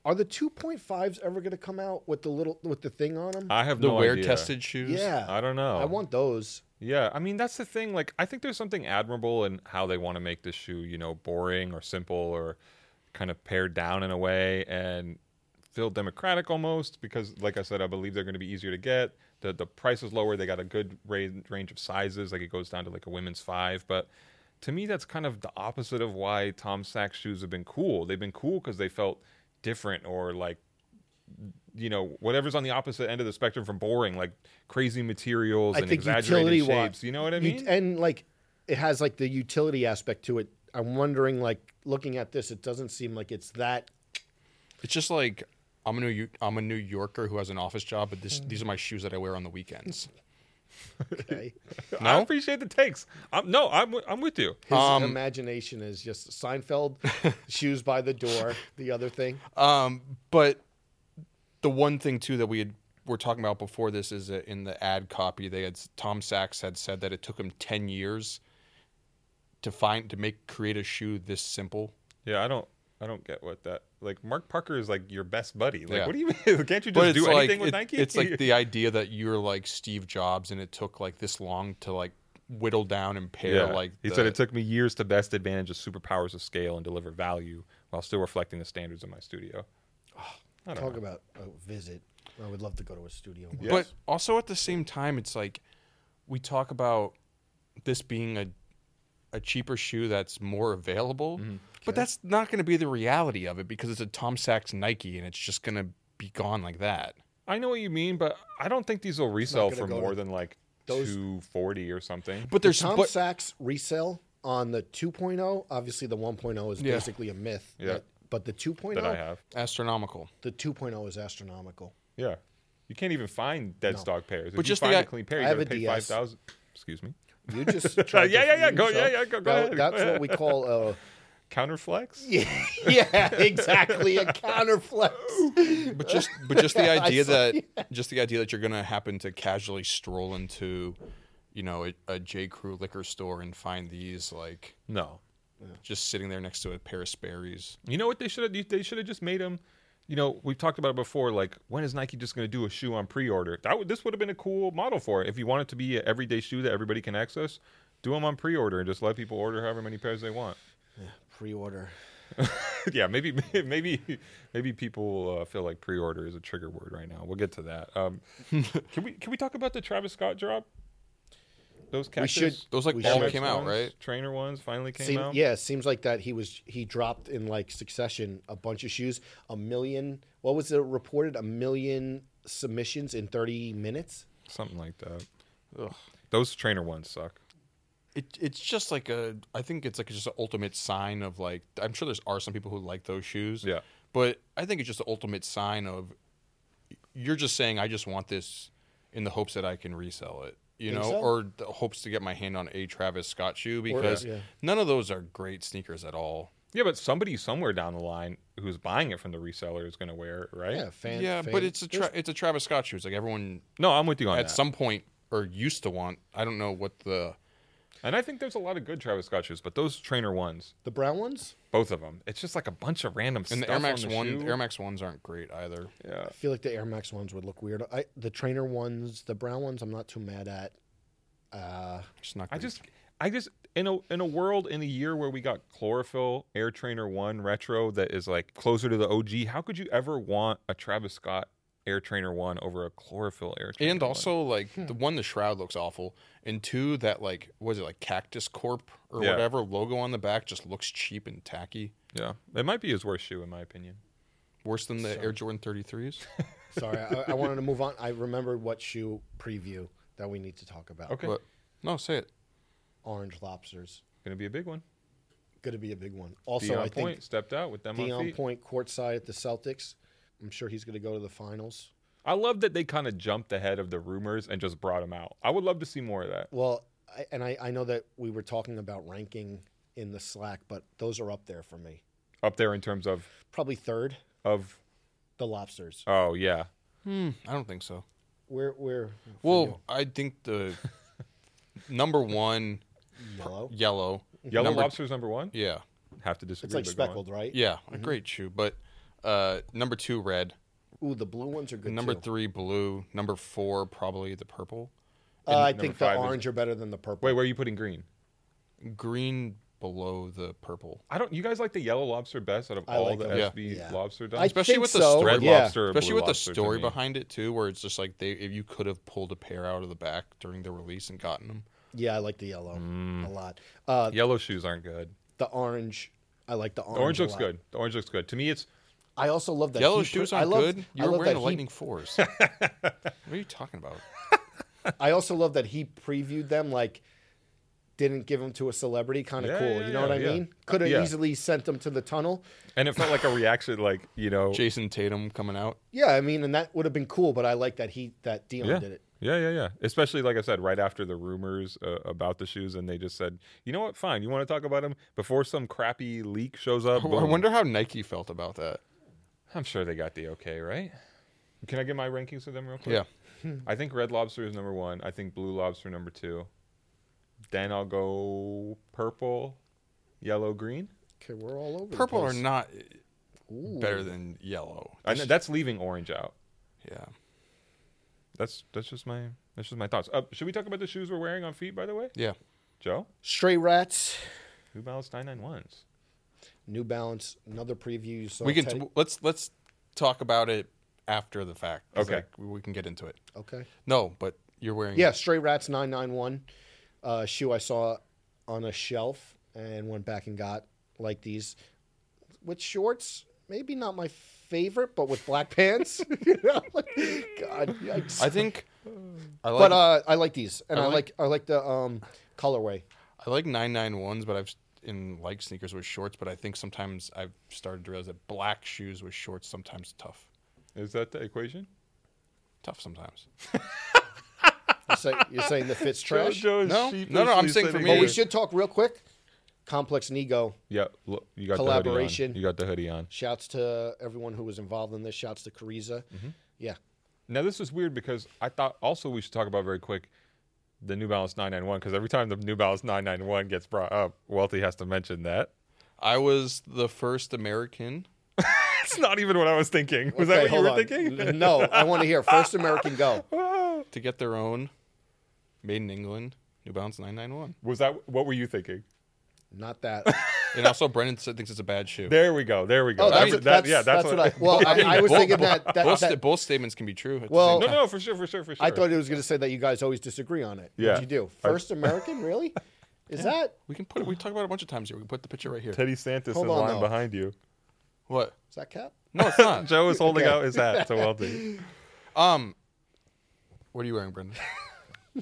S1: are the 2.5s ever going to come out with the little with the thing on them?
S3: I have
S2: the
S3: no
S2: wear
S3: idea.
S2: tested shoes.
S1: yeah,
S3: I don't know.
S1: I want those.
S3: Yeah, I mean that's the thing. Like, I think there's something admirable in how they want to make this shoe, you know, boring or simple or kind of pared down in a way and feel democratic almost. Because, like I said, I believe they're going to be easier to get. the The price is lower. They got a good range range of sizes. Like it goes down to like a women's five, but to me, that's kind of the opposite of why Tom Sachs shoes have been cool. They've been cool because they felt different or like you know whatever's on the opposite end of the spectrum from boring, like crazy materials
S1: I
S3: and
S1: think
S3: exaggerated
S1: utility
S3: shapes.
S1: wa-
S3: You know what I
S1: You-
S3: mean?
S1: and like it has like the utility aspect to it. I'm wondering like looking at this, it doesn't seem like it's that.
S2: It's just like I'm a new I'm a New Yorker who has an office job, but this, these are my shoes that I wear on the weekends.
S1: Okay.
S3: I appreciate the takes. I'm, no, I'm wi- I'm with you.
S1: His imagination is just Seinfeld, shoes by the door. The other thing,
S2: Um, but the one thing too that we had were talking about before this is that in the ad copy they had Tom Sachs had said that it took him ten years to find to make create a shoe this simple.
S3: Yeah, I don't. I don't get what that like. Mark Parker is like your best buddy. Like,
S2: Yeah.
S3: what do you? Can't you
S2: but
S3: just
S2: it's
S3: do
S2: like
S3: anything with
S2: it-
S3: Nike?
S2: it's like the idea that you're like Steve Jobs and it took like this long to like whittle down and pair like
S3: he
S2: the-
S3: said it took me years to best advantage the superpowers of scale and deliver value while still reflecting the standards of my studio. I don't
S1: talk about a visit. I would love to go to a studio. once.
S3: Yeah.
S2: But
S3: Yes.
S2: also at the same time, it's like we talk about this being a a cheaper shoe that's more available.
S3: Mm-hmm.
S2: But that's not going to be the reality of it because it's a Tom Sachs Nike and it's just going to be gone like that.
S3: I know what you mean, but I don't think these will resell
S1: gonna
S3: for
S1: go
S3: more
S1: to
S3: than like
S1: those-
S3: 240 or something.
S2: But
S1: The
S2: there's
S1: Tom
S2: but,
S1: Sachs resell on the 2.0, obviously the 1.0 is
S2: Yeah.
S1: basically a myth.
S3: Yeah.
S1: But, but the 2.0,
S3: that I have.
S2: astronomical.
S1: the 2.0 is astronomical.
S3: Yeah. You can't even find dead stock pairs.
S2: But
S3: if
S2: just
S3: you
S2: the
S3: find
S2: i-
S3: a clean pair,
S1: I
S3: you
S1: have a
S3: gotta pay
S1: DS.
S3: 5000 Excuse me.
S1: You just tried
S3: Yeah,
S1: to
S3: yeah, yeah,
S1: frame
S3: go,
S1: yourself.
S3: yeah, yeah, go, go
S1: That-
S3: ahead, go
S1: That's what we call a
S3: Counterflex?
S1: yeah, yeah, exactly a counterflex.
S2: But just but just the
S1: I
S2: idea
S1: saw-
S2: that just the idea that you're going to happen to casually stroll into, you know, a, a J Crew liquor store and find these like
S3: No.
S2: just sitting there next to a pair of Sperry's.
S3: You know what they should have? They should have just made them. You know, we've talked about it before. Like, when is Nike just going to do a shoe on pre-order? That would this would have been a cool model for it. If you want it to be an everyday shoe that everybody can access, do them on pre-order and just let people order however many pairs they want.
S1: Pre-order.
S3: yeah, maybe, maybe, maybe people uh, feel like pre-order is a trigger word right now. We'll get to that. Um, can we can we talk about the Travis Scott drop? Those cactus,
S1: should-
S2: Those like
S1: We
S2: all
S1: should.
S2: came out,
S3: ones,
S2: right?
S3: Trainer ones finally came
S1: Seem,
S3: out.
S1: yeah, it seems like that he was he dropped in like succession a bunch of shoes, a million. What was it reported? A million submissions in 30 minutes.
S3: something like that.
S2: Ugh.
S3: Those trainer ones suck.
S2: It, it's just like a I think it's like just an ultimate sign of like I'm sure there's are some people who like those shoes.
S3: Yeah.
S2: But I think it's just the ultimate sign of you're just saying I just want this in the hopes that I can resell it, you
S1: Think
S2: know,
S1: so?
S2: or the hopes to get my hand on a Travis Scott shoe because
S1: yeah.
S2: none of those are great sneakers at all.
S3: Yeah, but somebody somewhere down the line who's buying it from the reseller is going to wear it, right?
S1: Yeah, fan.
S2: yeah,
S1: fan-
S2: but it's a tra-
S1: there's-
S2: it's a Travis Scott shoe. It's like everyone
S3: No, I'm with you on
S2: at
S3: that.
S2: some point or used to want. I don't know what the
S3: and I think there's a lot of good Travis Scott shoes, but those trainer ones,
S1: the brown ones.
S3: both of them, it's just like a bunch of random
S2: and
S3: stuff
S2: the Air Max
S3: on the
S2: one
S3: shoe.
S2: Air Max ones aren't great either.
S3: yeah.
S1: I feel like the Air Max ones would look weird. I the trainer ones, the brown ones, I'm not too mad at. Uh,
S2: Just not.
S3: I
S2: Great.
S3: just, I just in a in a world in a year where we got chlorophyll Air Trainer One retro that is like closer to the OG. How could you ever want a Travis Scott Air Trainer One over a chlorophyll Air Trainer?
S2: And
S3: One? Hmm.
S2: also, like the one, the shroud looks awful, and two, that like was it like Cactus Corp or
S3: Yeah.
S2: whatever logo on the back just looks cheap and tacky.
S3: yeah, it might be his worst shoe in my opinion.
S2: Worse than the Air Jordan 33s.
S1: sorry, I, I wanted to move on. I remembered what shoe preview that we need to talk about.
S3: Okay,
S2: But no, say it.
S1: Orange lobsters,
S3: gonna be a big one.
S1: going to be a big one. Also,
S3: Dion
S1: I think
S3: Point stepped out with them on
S1: Dion
S3: feet.
S1: Point courtside at the Celtics. I'm sure he's going to go to the finals.
S3: I love that they kind of jumped ahead of the rumors and just brought him out. I would love to see more of that.
S1: Well, I, and I, I know that we were talking about ranking in the Slack, but those are up there for me.
S3: Up there in terms of
S1: Probably third,
S3: of
S1: the lobsters.
S3: oh yeah.
S2: I don't think so.
S1: We're we're
S2: Well, I think the number one
S1: yellow.
S2: yellow,
S3: Yellow
S2: number,
S3: lobster's number one?
S2: yeah,
S3: Have to disagree.
S1: It's Mhm. like
S3: but go on.
S1: speckled, right?
S2: yeah, a
S3: Mm-hmm.
S2: great shoe, but uh, number two red,
S1: Ooh, the blue ones are good.
S2: number
S1: too.
S2: three blue, number four probably the purple,
S1: Uh, I
S3: number
S1: think the
S3: five is-
S1: orange are better than the purple.
S3: Wait, where are you putting green?
S2: green below the purple.
S3: I don't you guys like the yellow lobster best out of
S1: I
S3: all
S1: like
S3: the
S1: them.
S2: Yeah.
S3: SB
S1: Yeah.
S3: lobster
S1: I
S3: dimes?
S2: Especially
S1: think
S2: with the
S1: so.
S2: story-
S3: Red
S1: yeah.
S3: lobster or
S2: especially
S3: blue
S2: with the
S3: lobster to
S2: story
S3: me.
S2: behind it too, where it's just like they if you could have pulled a pair out of the back during the release and gotten them.
S1: Yeah, I like the yellow
S2: Mm.
S1: a lot. Uh,
S3: Yellow shoes aren't good.
S1: the orange, I like the
S3: The
S1: orange.
S3: orange
S1: a
S3: looks
S1: lot.
S3: good. The orange looks good. To me it's
S1: I also love that
S2: Yellow
S1: he
S2: shoes
S1: put-
S2: aren't
S1: I love,
S2: good.
S1: I
S2: You're
S1: love
S2: wearing
S1: that
S2: a
S1: he-
S2: Lightning Force. what are you talking about?
S1: I also love that he previewed them like didn't give them to a celebrity. Kind of
S3: Yeah,
S1: cool.
S3: yeah,
S1: you know
S3: yeah,
S1: what I
S3: yeah.
S1: mean? Could have
S3: Yeah.
S1: easily sent them to the tunnel.
S3: and it felt like a reaction like, you know
S2: Jason Tatum coming out.
S1: Yeah, I mean, and that would have been cool. But I like that he that Dion
S3: yeah.
S1: did it.
S3: Yeah, yeah, yeah. Especially like I said, right after the rumors uh, about the shoes, and they just said, "You know what? Fine. You want to talk about them before some crappy leak shows up."
S2: I
S3: boom."
S2: wonder how Nike felt about that.
S3: I'm sure they got the okay, right? Can I get my rankings of them real quick?
S2: Yeah,
S3: I think Red Lobster is number one. I think Blue Lobster number two. Then I'll go purple, yellow, green.
S1: Okay, we're all over.
S2: purple
S1: the
S2: are
S1: place.
S2: not
S1: Ooh.
S2: better than yellow.
S3: I know that's leaving orange out.
S2: Yeah,
S3: That's that's just my that's just my thoughts. Uh, should we talk about the shoes we're wearing on feet, by the way,
S2: yeah.
S3: Joe?
S1: Stray Rats,
S3: New Balance 991s.
S1: New Balance, another preview. You saw
S2: we can
S1: Teddy-
S2: let's let's talk about it after the fact. 'cause,
S3: Okay.
S2: like, we can get into it.
S1: okay.
S2: No, but you're wearing
S1: Yeah, Stray Rats 991 uh, shoe I saw on a shelf and went back and got like these with shorts. Maybe not my favorite, but with black pants. you know, like, God, yikes.
S2: I think I like
S1: but uh, I like these, and
S2: I
S1: I like,
S2: like-
S1: I like the um, colorway.
S2: I like 991s, but I've in like sneakers with shorts, but I think sometimes I've started to realize that black shoes with shorts sometimes tough.
S3: Is that the equation?
S2: Tough sometimes.
S1: You're, say, you're saying the fit's trash.
S3: Joe is
S2: No, no, no,
S3: sheepishly
S2: I'm saying for me-
S3: sitting
S1: But
S2: Well,
S1: we
S3: here.
S1: should talk real quick. Complex Nego.
S3: Yeah, look, you got
S1: Collaboration.
S3: The hoodie on. You got the hoodie on.
S1: Shouts to everyone who was involved in this. Shouts to Cariza. Yeah,
S3: Now this is weird because I thought also we should talk about very quick the New Balance 991 because every time the New Balance 991 gets brought up, Wealthy has to mention that.
S2: I was the first American.
S3: It's not even what I was thinking.
S1: Okay,
S3: Was that what you
S1: hold
S3: were
S1: on.
S3: thinking?
S1: no, I want to hear first American go.
S2: to get their own made in England New Balance 991.
S3: Was that what were you thinking?
S1: Not that.
S2: And also, Brendan said- thinks it's a bad shoe.
S3: There we go. There we go.
S1: Oh, that's,
S3: That-
S1: that's,
S3: that- yeah, that's,
S1: what, I. Well, I, I was thinking that. that,
S2: both,
S1: that-
S2: sta- both statements can be true. at the
S1: Well-
S2: same
S3: no,
S2: time.
S3: no, for sure, for sure, for sure.
S1: I thought it was going to say that you guys always disagree on it.
S3: Yeah.
S1: What'd you do?
S3: I-
S1: First American, really? Is that
S2: we can put it. We talked about it a bunch of times here. We can put the picture right here.
S3: Teddy Santis
S1: Hold
S3: is
S1: on,
S3: lying
S1: though.
S3: behind you.
S2: What?
S1: is that cap?
S2: No, it's not.
S3: Joe is holding out his hat to Wealthy.
S2: um, what are you wearing, Brendan?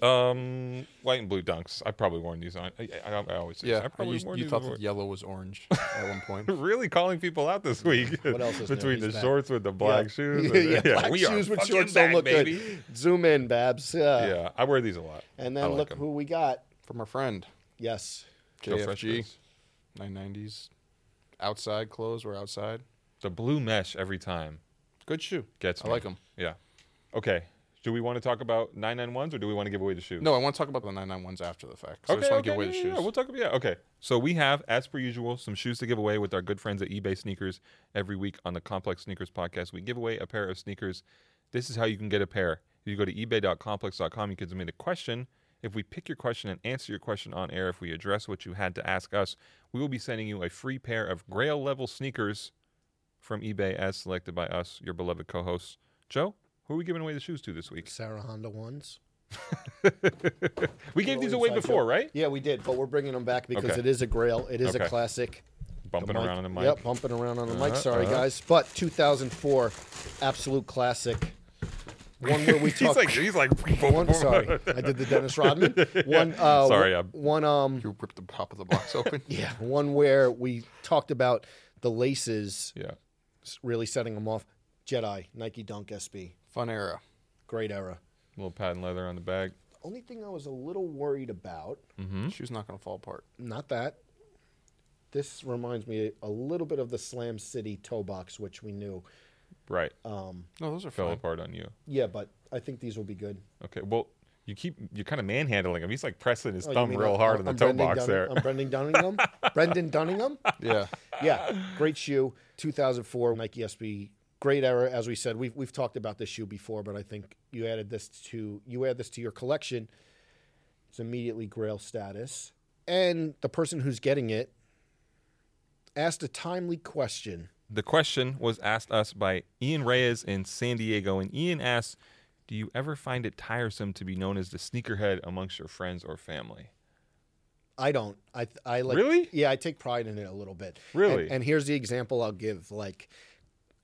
S3: Um, white and blue dunks. I probably worn these on. I, I, I always do. I
S2: Yeah,
S3: probably
S2: you,
S3: worn
S2: you
S3: these
S2: thought
S3: before.
S2: that yellow was orange at one point.
S3: really calling people out this week.
S1: What else is new?
S3: between the
S1: He's back.
S3: shorts with the black
S1: Yeah.
S3: shoes?
S1: yeah,
S3: and-
S1: yeah, black
S3: we are
S1: shoes with
S3: fucking
S1: shorts
S3: back,
S1: don't look
S3: baby.
S1: good. Zoom in, Babs. Yeah.
S3: Yeah, I wear these a lot.
S1: And
S3: I
S1: then
S3: like
S1: look
S3: 'em.
S1: who we got.
S2: From our friend
S1: Yes.
S3: Go Fresh
S2: JFG,
S3: Prince.
S2: 990s, outside clothes. We're outside.
S3: The blue mesh every time
S2: Good shoe.
S3: gets
S2: I
S3: me.
S2: like them.
S3: Yeah. Okay. Do we want to talk about 991s or do we want to give away the shoe?
S2: No, I want to talk about the 991s after the fact. So I
S3: Okay,
S2: just want
S3: okay,
S2: to give away
S3: yeah,
S2: the
S3: yeah,
S2: shoes.
S3: Yeah, we'll talk about yeah. Okay. So we have, as per usual, some shoes to give away with our good friends at eBay Sneakers every week on the Complex Sneakers podcast. We give away a pair of sneakers. This is how you can get a pair. If you go to ebay.complex.com, you can submit a question. If we pick your question and answer your question on air, if we address what you had to ask us, we will be sending you a free pair of grail level sneakers from eBay as selected by us, your beloved co hosts. Joe, who are we giving away the shoes to this week?
S1: Sarah Honda ones.
S3: We gave these
S1: Little
S3: away
S1: inside
S3: before,
S1: joke.
S3: right?
S1: Yeah, we did, but we're bringing them back because
S3: Okay.
S1: it is a grail. It is
S3: Okay.
S1: a classic.
S3: Bumping
S1: mic-
S3: around in the mic.
S1: Yep, bumping around on the mic.
S3: Uh-huh,
S1: Sorry,
S3: uh-huh.
S1: guys. But 2004, absolute classic. One where we
S3: he's
S1: talk.
S3: like he's like
S1: one, sorry, I did the Dennis Rodman. One. Uh,
S3: Sorry,
S1: one-
S3: I'm-
S1: One. Um.
S2: You ripped the top of the box open.
S1: Yeah, one where we talked about the laces
S3: yeah
S1: really setting them off. Jedi Nike Dunk SB,
S2: Fun era.
S1: great era.
S3: little patent leather on the bag
S1: Only thing I was a little worried about,
S2: Shoe's not going to fall apart.
S1: not that. This reminds me a little bit of the Slam City toe box, which we knew.
S3: right
S1: Oh,
S2: No, those are
S3: fell
S2: fun.
S3: apart on you
S1: Yeah, but I think these will be good.
S3: okay well you keep you're kind of manhandling him he's like pressing his
S1: Oh, you
S3: thumb
S1: mean
S3: real
S1: I'm-
S3: hard
S1: I'm
S3: on the toe
S1: Brendan
S3: box
S1: Dunning-
S3: there
S1: I'm Brendan Dunningham. Brendan Dunningham.
S2: Yeah.
S1: Yeah, great shoe. 2004 Nike SB. Great era, as we said. We've we've talked about this shoe before, but I think you added this to you add this to your collection. It's immediately Grail status, and the person who's getting it asked a timely question.
S3: the question was asked us by ian reyes in san diego and ian asks do you ever find it tiresome to be known as the sneakerhead amongst your friends or family
S1: I don't. I th- I like
S3: Really?
S1: Yeah, I take pride in it a little bit.
S3: Really?
S1: And, and here's the example I'll give. Like,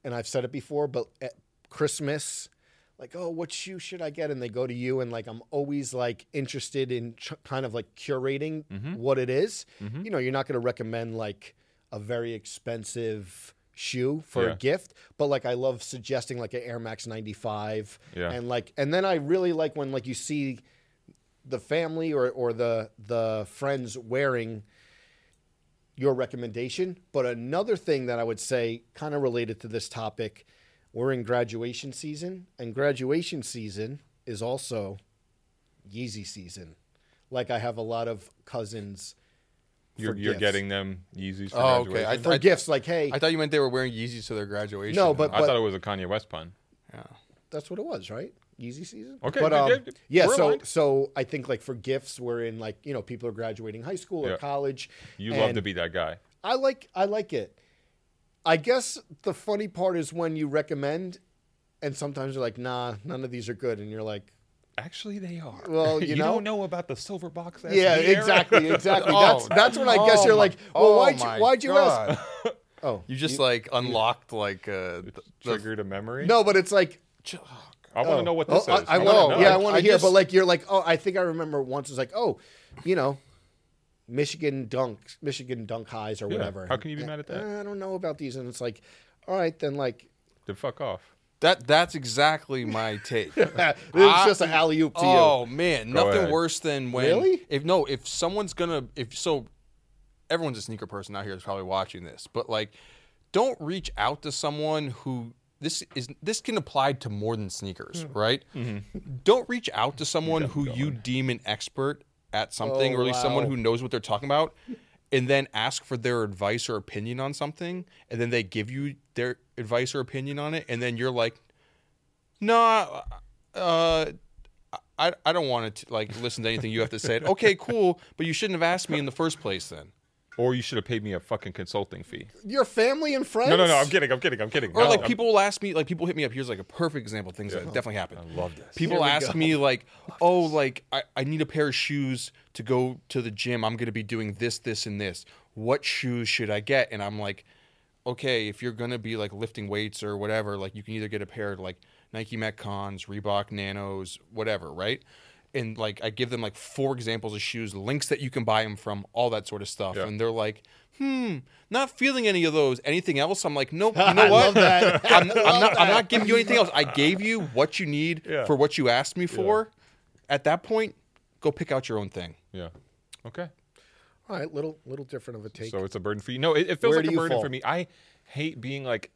S1: and I've said it before, but at Christmas, like, oh, what shoe should I get? And they go to you, and like, I'm always like interested in ch- kind of like curating
S3: Mm-hmm.
S1: what it is. You know, you're not going to recommend like a very expensive shoe for
S3: Yeah.
S1: a gift, but like, I love suggesting like an Air Max 95,
S3: Yeah.
S1: and like, and then I really like when like you see the family or, or the the friends wearing your recommendation. But another thing that I would say, kind of related to this topic, we're in graduation season, and graduation season is also Yeezy season. Like I have a lot of cousins for
S3: you're, you're
S1: gifts.
S3: getting them Yeezys for
S2: Oh, okay.
S3: graduation.
S2: I-
S1: for gifts. Like, hey,
S2: I thought you meant they were wearing Yeezys to their graduation.
S1: No, but-
S3: I thought it was a Kanye West pun.
S2: yeah.
S1: that's what it was, right? Yeezy season.
S3: Okay,
S1: but
S3: yeah,
S1: um,
S3: yeah,
S1: yeah.
S3: we're
S1: So
S3: aligned.
S1: so I think like for gifts, we're in like you know people are graduating high school or
S3: Yeah.
S1: college.
S3: You love
S1: and
S3: to be that guy.
S1: I like I like it. I guess the funny part is when you recommend, and sometimes you're like, nah, none of these are good, and you're like,
S3: Actually, they are.
S1: Well, you know-
S3: don't know about the silver box. that's
S1: Yeah,
S3: here.
S1: exactly, exactly.
S2: Oh,
S1: that's that's when I guess
S2: oh
S1: you're
S2: my-
S1: like, well,
S2: oh
S1: why'd you,
S2: my
S1: why'd you ask?
S2: God.
S1: Oh,
S2: You just like unlocked like uh, the, the
S3: Triggered a memory.
S1: no, but it's like,
S3: I want to
S1: oh.
S3: know what
S1: Oh,
S3: this
S1: I-
S3: is.
S1: I,
S3: wanna
S1: will.
S2: know.
S1: Yeah, I
S2: I-
S1: want
S2: I
S1: to hear.
S2: just-
S1: But like, you're like, oh, I think I remember once. It's like, oh, you know, Michigan dunk, Michigan dunk highs or
S3: Yeah,
S1: whatever.
S3: how can you be mad at that?
S1: "Uh, I don't know about these, and it's like, all right, then like,
S3: Then fuck off.
S2: that that's exactly my take.
S1: it's
S2: I-
S1: just an alley oop to you.
S2: Oh man, nothing
S3: ahead.
S2: worse than when
S1: Really?
S2: if no, if someone's gonna if so everyone's a sneaker person out here is probably watching this, but like don't reach out to someone who this is this can apply to more than sneakers,
S1: Mm-hmm.
S2: right? Don't reach out to someone who you deem an expert at something
S1: Oh,
S2: or at least someone
S1: wow.
S2: who knows what they're talking about and then ask for their advice or opinion on something and then they give you their advice or opinion on it and then you're like no, uh, I I don't want to like listen to anything you have to say. Okay, cool, but you shouldn't have asked me in the first place. Then,
S3: Or you should have paid me a fucking consulting fee.
S1: Your family and friends.
S3: No, no, no. I'm kidding. I'm kidding. I'm kidding.
S2: or
S3: No,
S2: like
S3: I'm-
S2: people will ask me, like people hit me up. Here's like a perfect example of things that definitely happened.
S3: I love this.
S2: People ask me like, oh, like I, I need a pair of shoes to go to the gym. I'm gonna be doing this, this, and this. What shoes should I get? And I'm like, okay, if you're gonna be like lifting weights or whatever, like you can either get a pair of like Nike Metcons, Reebok Nanos, whatever, right? And like I give them like four examples of shoes, links that you can buy them from, all that sort of stuff.
S3: Yeah.
S2: And they're like, hmm, not feeling any of those. Anything else? I'm like, nope. You
S1: I
S2: know what?
S1: love that.
S2: I'm, I'm not. I'm not giving you anything else. I gave you what you need
S3: Yeah.
S2: for what you asked me for. At that point, go pick out your own thing.
S3: Yeah. Okay.
S1: All right, little little different of a take.
S3: So it's a burden for you. No, it, it feels
S1: Where
S3: like
S1: do
S3: a
S1: you
S3: burden
S1: fall?
S3: for me. I hate being like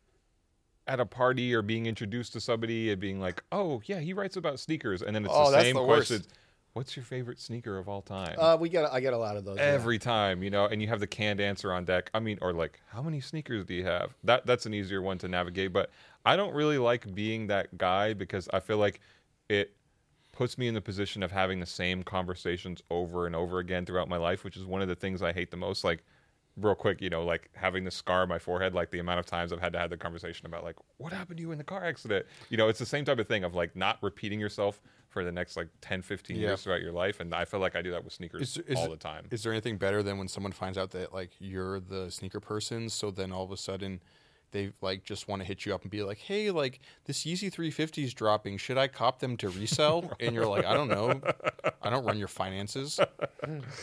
S3: at a party or being introduced to somebody and being like, "Oh, yeah, he writes about sneakers," and then it's
S2: Oh,
S3: the
S2: that's
S3: same
S2: the worst.
S3: question: "What's your favorite sneaker of all time?"
S1: uh, we get I get a lot of those. yeah.
S3: Every time, you know, and you have the canned answer on deck. I mean, or like, how many sneakers do you have? That that's an easier one to navigate. But I don't really like being that guy because I feel like it puts me in the position of having the same conversations over and over again throughout my life, which is one of the things I hate the most. Like, real quick, you know, like having the scar on my forehead, like the amount of times I've had to have the conversation about like, what happened to you in the car accident? You know, it's the same type of thing of like not repeating yourself for the next like 10, 15
S2: Yeah.
S3: years throughout your life. And I feel like I do that with sneakers
S2: Is- is-
S3: all the time.
S2: Is there anything better than when someone finds out that like you're the sneaker person? So then all of a sudden, they like just want to hit you up and be like, "Hey, like this Yeezy 350 is dropping. Should I cop them to resell?" and you're like, "I don't know. I don't run your finances.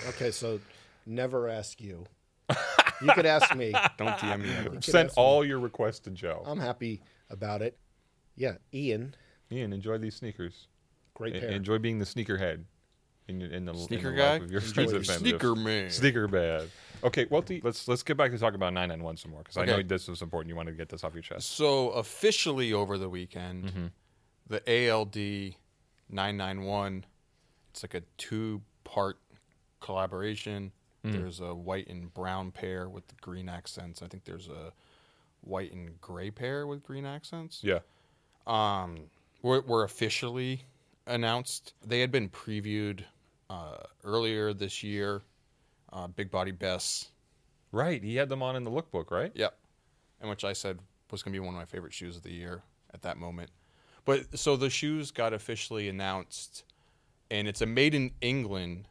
S1: Okay, so never ask you. You could ask me.
S2: Don't DM me." ever.
S1: You could
S3: Send
S1: ask Um, me.
S3: all your requests to Joe.
S1: I'm happy about it. Yeah, Ian,
S3: Ian, enjoy these sneakers.
S1: great
S3: E-
S1: pair.
S3: Enjoy being the sneakerhead. In, your- in the in the
S2: Sneaker
S3: life
S2: guy?
S3: of your
S2: Enjoy
S3: friends
S1: the
S3: and family.
S2: Sneaker man.
S3: Sneaker bad. Okay, well, T, let's let's get back to talking about 991 some more because I know
S2: Okay.
S3: this was important. You wanted to get this off your chest.
S2: So officially over the weekend, the ALD 991, it's like a two-part collaboration. There's a white and brown pair with green accents. I think there's a white and gray pair with green accents
S3: Yeah.
S2: um, were, were officially announced. They had been previewed uh, earlier this year. Uh, Big Body Bess,
S3: Right. He had them on in the lookbook, right?
S2: Yep. And which I said was going to be one of my favorite shoes of the year at that moment. But so the shoes got officially announced, and it's a made in England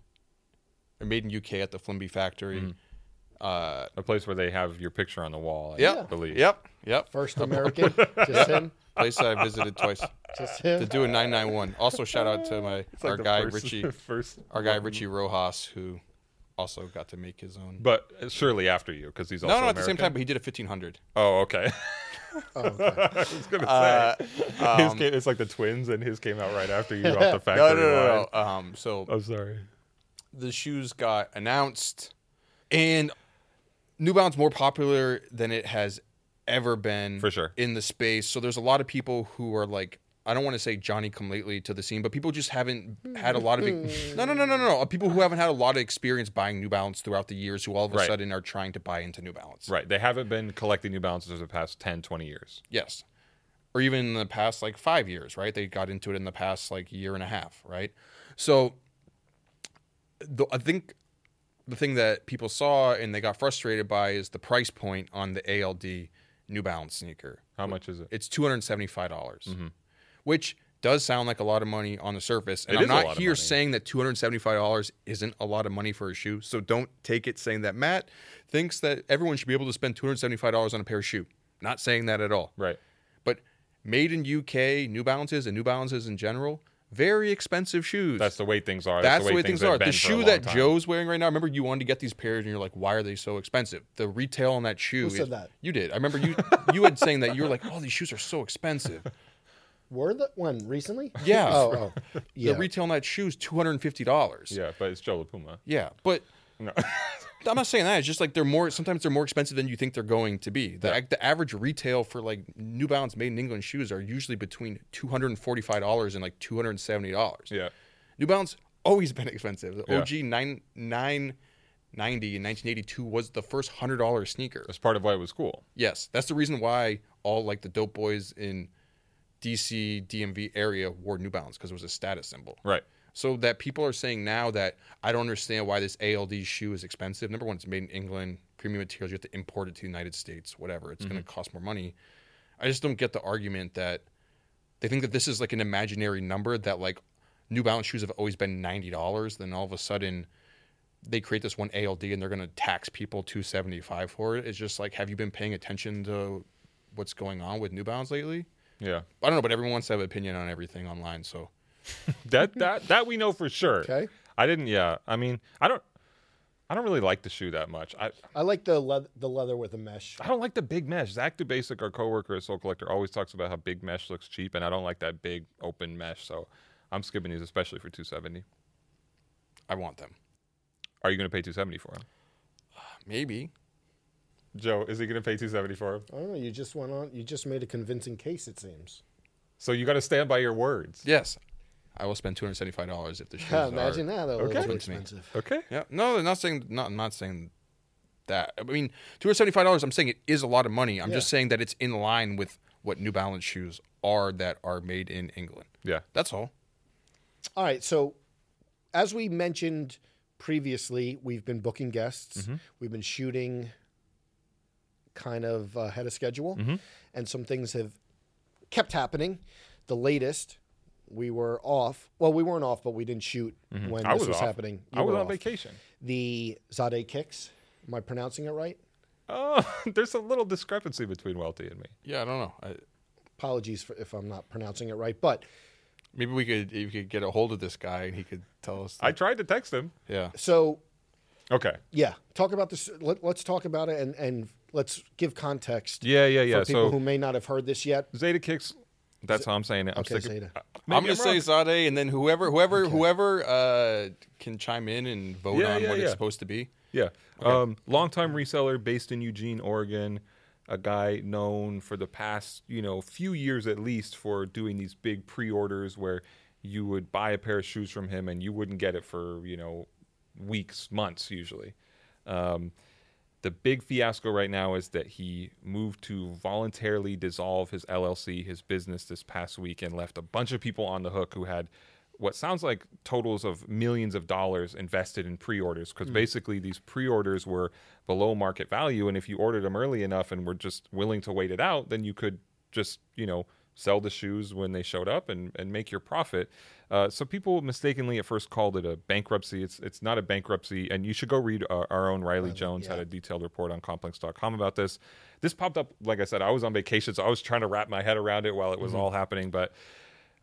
S2: or made in UK at the Flimby factory.
S3: Mm-hmm.
S2: Uh,
S3: A place where they have your picture on the wall, I
S2: yep.
S3: believe.
S2: Yep. Yep.
S1: First American, just him,
S2: Place I visited twice
S1: just
S2: to
S1: him.
S2: do a 991. Also, shout out to my
S3: It's like
S2: our
S3: the
S2: guy
S3: first- mm.
S2: Richie,
S3: first
S2: our guy Richie Rojas, who also got to make his own.
S3: But uh, surely after you because he's also
S2: no, no, at the same
S3: American.
S2: time, but he did a 1500.
S3: Oh, okay.
S1: Oh, okay.
S3: I was gonna say
S2: Uh,
S3: his came, it's like the twins, and his came out right after you off the factory line.
S2: no. Um, so
S3: I'm sorry.
S2: the shoes got announced, and New Balance more popular than it has ever been
S3: For sure.
S2: in the space. So there's a lot of people who are like, I don't want to say Johnny come lately to the scene, but people just haven't had a lot of e-, no, no, no, no, no, no. People who haven't had a lot of experience buying New Balance throughout the years, who all of a
S3: Right.
S2: sudden are trying to buy into New Balance,
S3: Right. They haven't been collecting New Balances over the past 10, 20 years.
S2: Yes. Or even in the past like five years, right? They got into it in the past like year and a half, right? So the, I think the thing that people saw and they got frustrated by is the price point on the ALD New Balance sneaker.
S3: How much is it? Mm-hmm.
S2: It's $275, dollars which does sound like a lot of money on the surface. And
S3: It
S2: I'm
S3: is a lot
S2: not
S3: of
S2: here
S3: money.
S2: saying that $275 isn't a lot of money for a shoe. So don't take it saying that Matt thinks that everyone should be able to spend $275 on a pair of shoe. Not saying that at all.
S3: Right.
S2: But made in UK, New Balances and New Balances in general, very expensive shoes.
S3: That's the way things are.
S2: That's the way things,
S3: have
S2: are.
S3: been
S2: The
S3: for a
S2: shoe
S3: long
S2: that
S3: time.
S2: Joe's wearing right now. Remember, you wanted to get these pairs, and you're like, "Why are they so expensive?" The retail on that shoe.
S1: Who said
S2: is-
S1: that?
S2: You did. I remember you. you had saying that you were like, "Oh, these shoes are so expensive."
S1: Were that when recently?
S2: Yeah.
S1: Oh, oh. yeah.
S2: The retail on that shoe is two hundred and fifty dollars.
S3: Yeah, but it's Joe LaPuma.
S2: Yeah, but
S3: No.
S2: I'm not saying that. It's just like they're more. Sometimes they're more expensive than you think they're going to be. The, the average retail for like New Balance made in England shoes are usually between two hundred and forty five dollars and like two hundred and seventy dollars.
S3: yeah.
S2: New Balance always been expensive. The
S3: Yeah.
S2: OG nine nine ninety in nineteen eighty two was the first hundred dollar sneaker.
S3: That's part of why it was cool.
S2: Yes, that's the reason why all like the dope boys in DC DMV area wore New Balance because it was a status symbol.
S3: Right.
S2: So that people are saying now that I don't understand why this ALD shoe is expensive. Number one, it's made in England, premium materials. You have to import it to the United States, whatever. It's going to cost more money. I just don't get the argument that they think that this is like an imaginary number that like New Balance shoes have always been ninety dollars. Then all of a sudden, they create this one ALD and they're going to tax people two seventy five for it. It's just like, have you been paying attention to what's going on with New Balance lately?
S3: Yeah.
S2: I don't know, but everyone wants to have an opinion on everything online, so.
S3: That that that we know for sure.
S1: Okay.
S3: I didn't. Yeah. I mean, I don't. I don't really like the shoe that much. I
S1: I like the leather, the leather with the mesh.
S3: I don't like the big mesh. Zach DuBasic, our coworker at Soul Collector, always talks about how big mesh looks cheap, and I don't like that big open mesh. So I'm skipping these, especially for 270.
S2: I want them.
S3: Are you going to pay 270 for them?
S2: Maybe.
S3: Joe, is he going to pay 270 for them?
S1: I don't know. You just went on. You just made a convincing case. It seems.
S3: So you got to stand by your words.
S2: Yes. I will spend two hundred seventy-five dollars if the shoes
S1: Yeah,
S2: are-
S1: imagine that. A
S3: Okay.
S1: little too
S2: Convince me.
S1: expensive.
S3: Okay.
S2: Yeah. No, I'm not saying. Not I'm not saying that. I mean, two hundred seventy-five dollars. I'm saying it is a lot of money. I'm just
S1: Yeah.
S2: saying that it's in line with what New Balance shoes are that are made in England.
S3: Yeah.
S2: That's all.
S1: All right. So, as we mentioned previously, we've been booking guests.
S3: Mm-hmm.
S1: We've been shooting kind of uh, ahead of schedule,
S3: Mm-hmm.
S1: and some things have kept happening. The latest, we were off. Well, we weren't off, but we didn't shoot when
S3: Mm-hmm. I
S1: this
S3: was
S1: was
S3: off.
S1: happening.
S3: I
S1: You
S3: was
S1: were
S3: on
S1: off.
S3: vacation.
S1: The Zade kicks. Am I pronouncing it right?
S3: Oh, there's a little discrepancy between Welty and me.
S2: Yeah. I don't know. I,
S1: Apologies for if I'm not pronouncing it right, but
S2: maybe we could. You could get a hold of this guy and he could tell us.
S3: I tried to text him.
S2: yeah.
S1: so
S3: Okay.
S1: yeah, talk about this. Let, let's talk about it and and let's give context.
S3: Yeah, yeah, yeah.
S1: for people
S3: So
S1: who may not have heard this yet.
S3: Zeta kicks. That's how I'm saying it. I'm
S1: Okay,
S3: sticking.
S1: Zeta.
S3: Uh, maybe
S2: I'm gonna
S3: wrong.
S2: say Zade, and then whoever, whoever, whoever uh, can chime in and vote
S3: Yeah,
S2: on
S3: yeah,
S2: what
S3: yeah.
S2: it's supposed to be.
S3: Yeah. Um, longtime reseller based in Eugene, Oregon. A guy known for the past, you know, few years at least for doing these big pre orders where you would buy a pair of shoes from him and you wouldn't get it for, you know, weeks, months usually. Um, the big fiasco right now is that he moved to voluntarily dissolve his LLC, his business, this past week and left a bunch of people on the hook who had what sounds like totals of millions of dollars invested in pre orders. Because basically, these pre orders were below market value. And if you ordered them early enough and were just willing to wait it out, then you could just, you know, sell the shoes when they showed up and, and make your profit. Uh, so people mistakenly at first called it a bankruptcy. It's it's not a bankruptcy, and you should go read our, our own Riley Jones had a detailed report on Complex.com about this. This popped up, like I said, I was on vacation, so I was trying to wrap my head around it while it was
S1: Mm-hmm.
S3: all happening, but.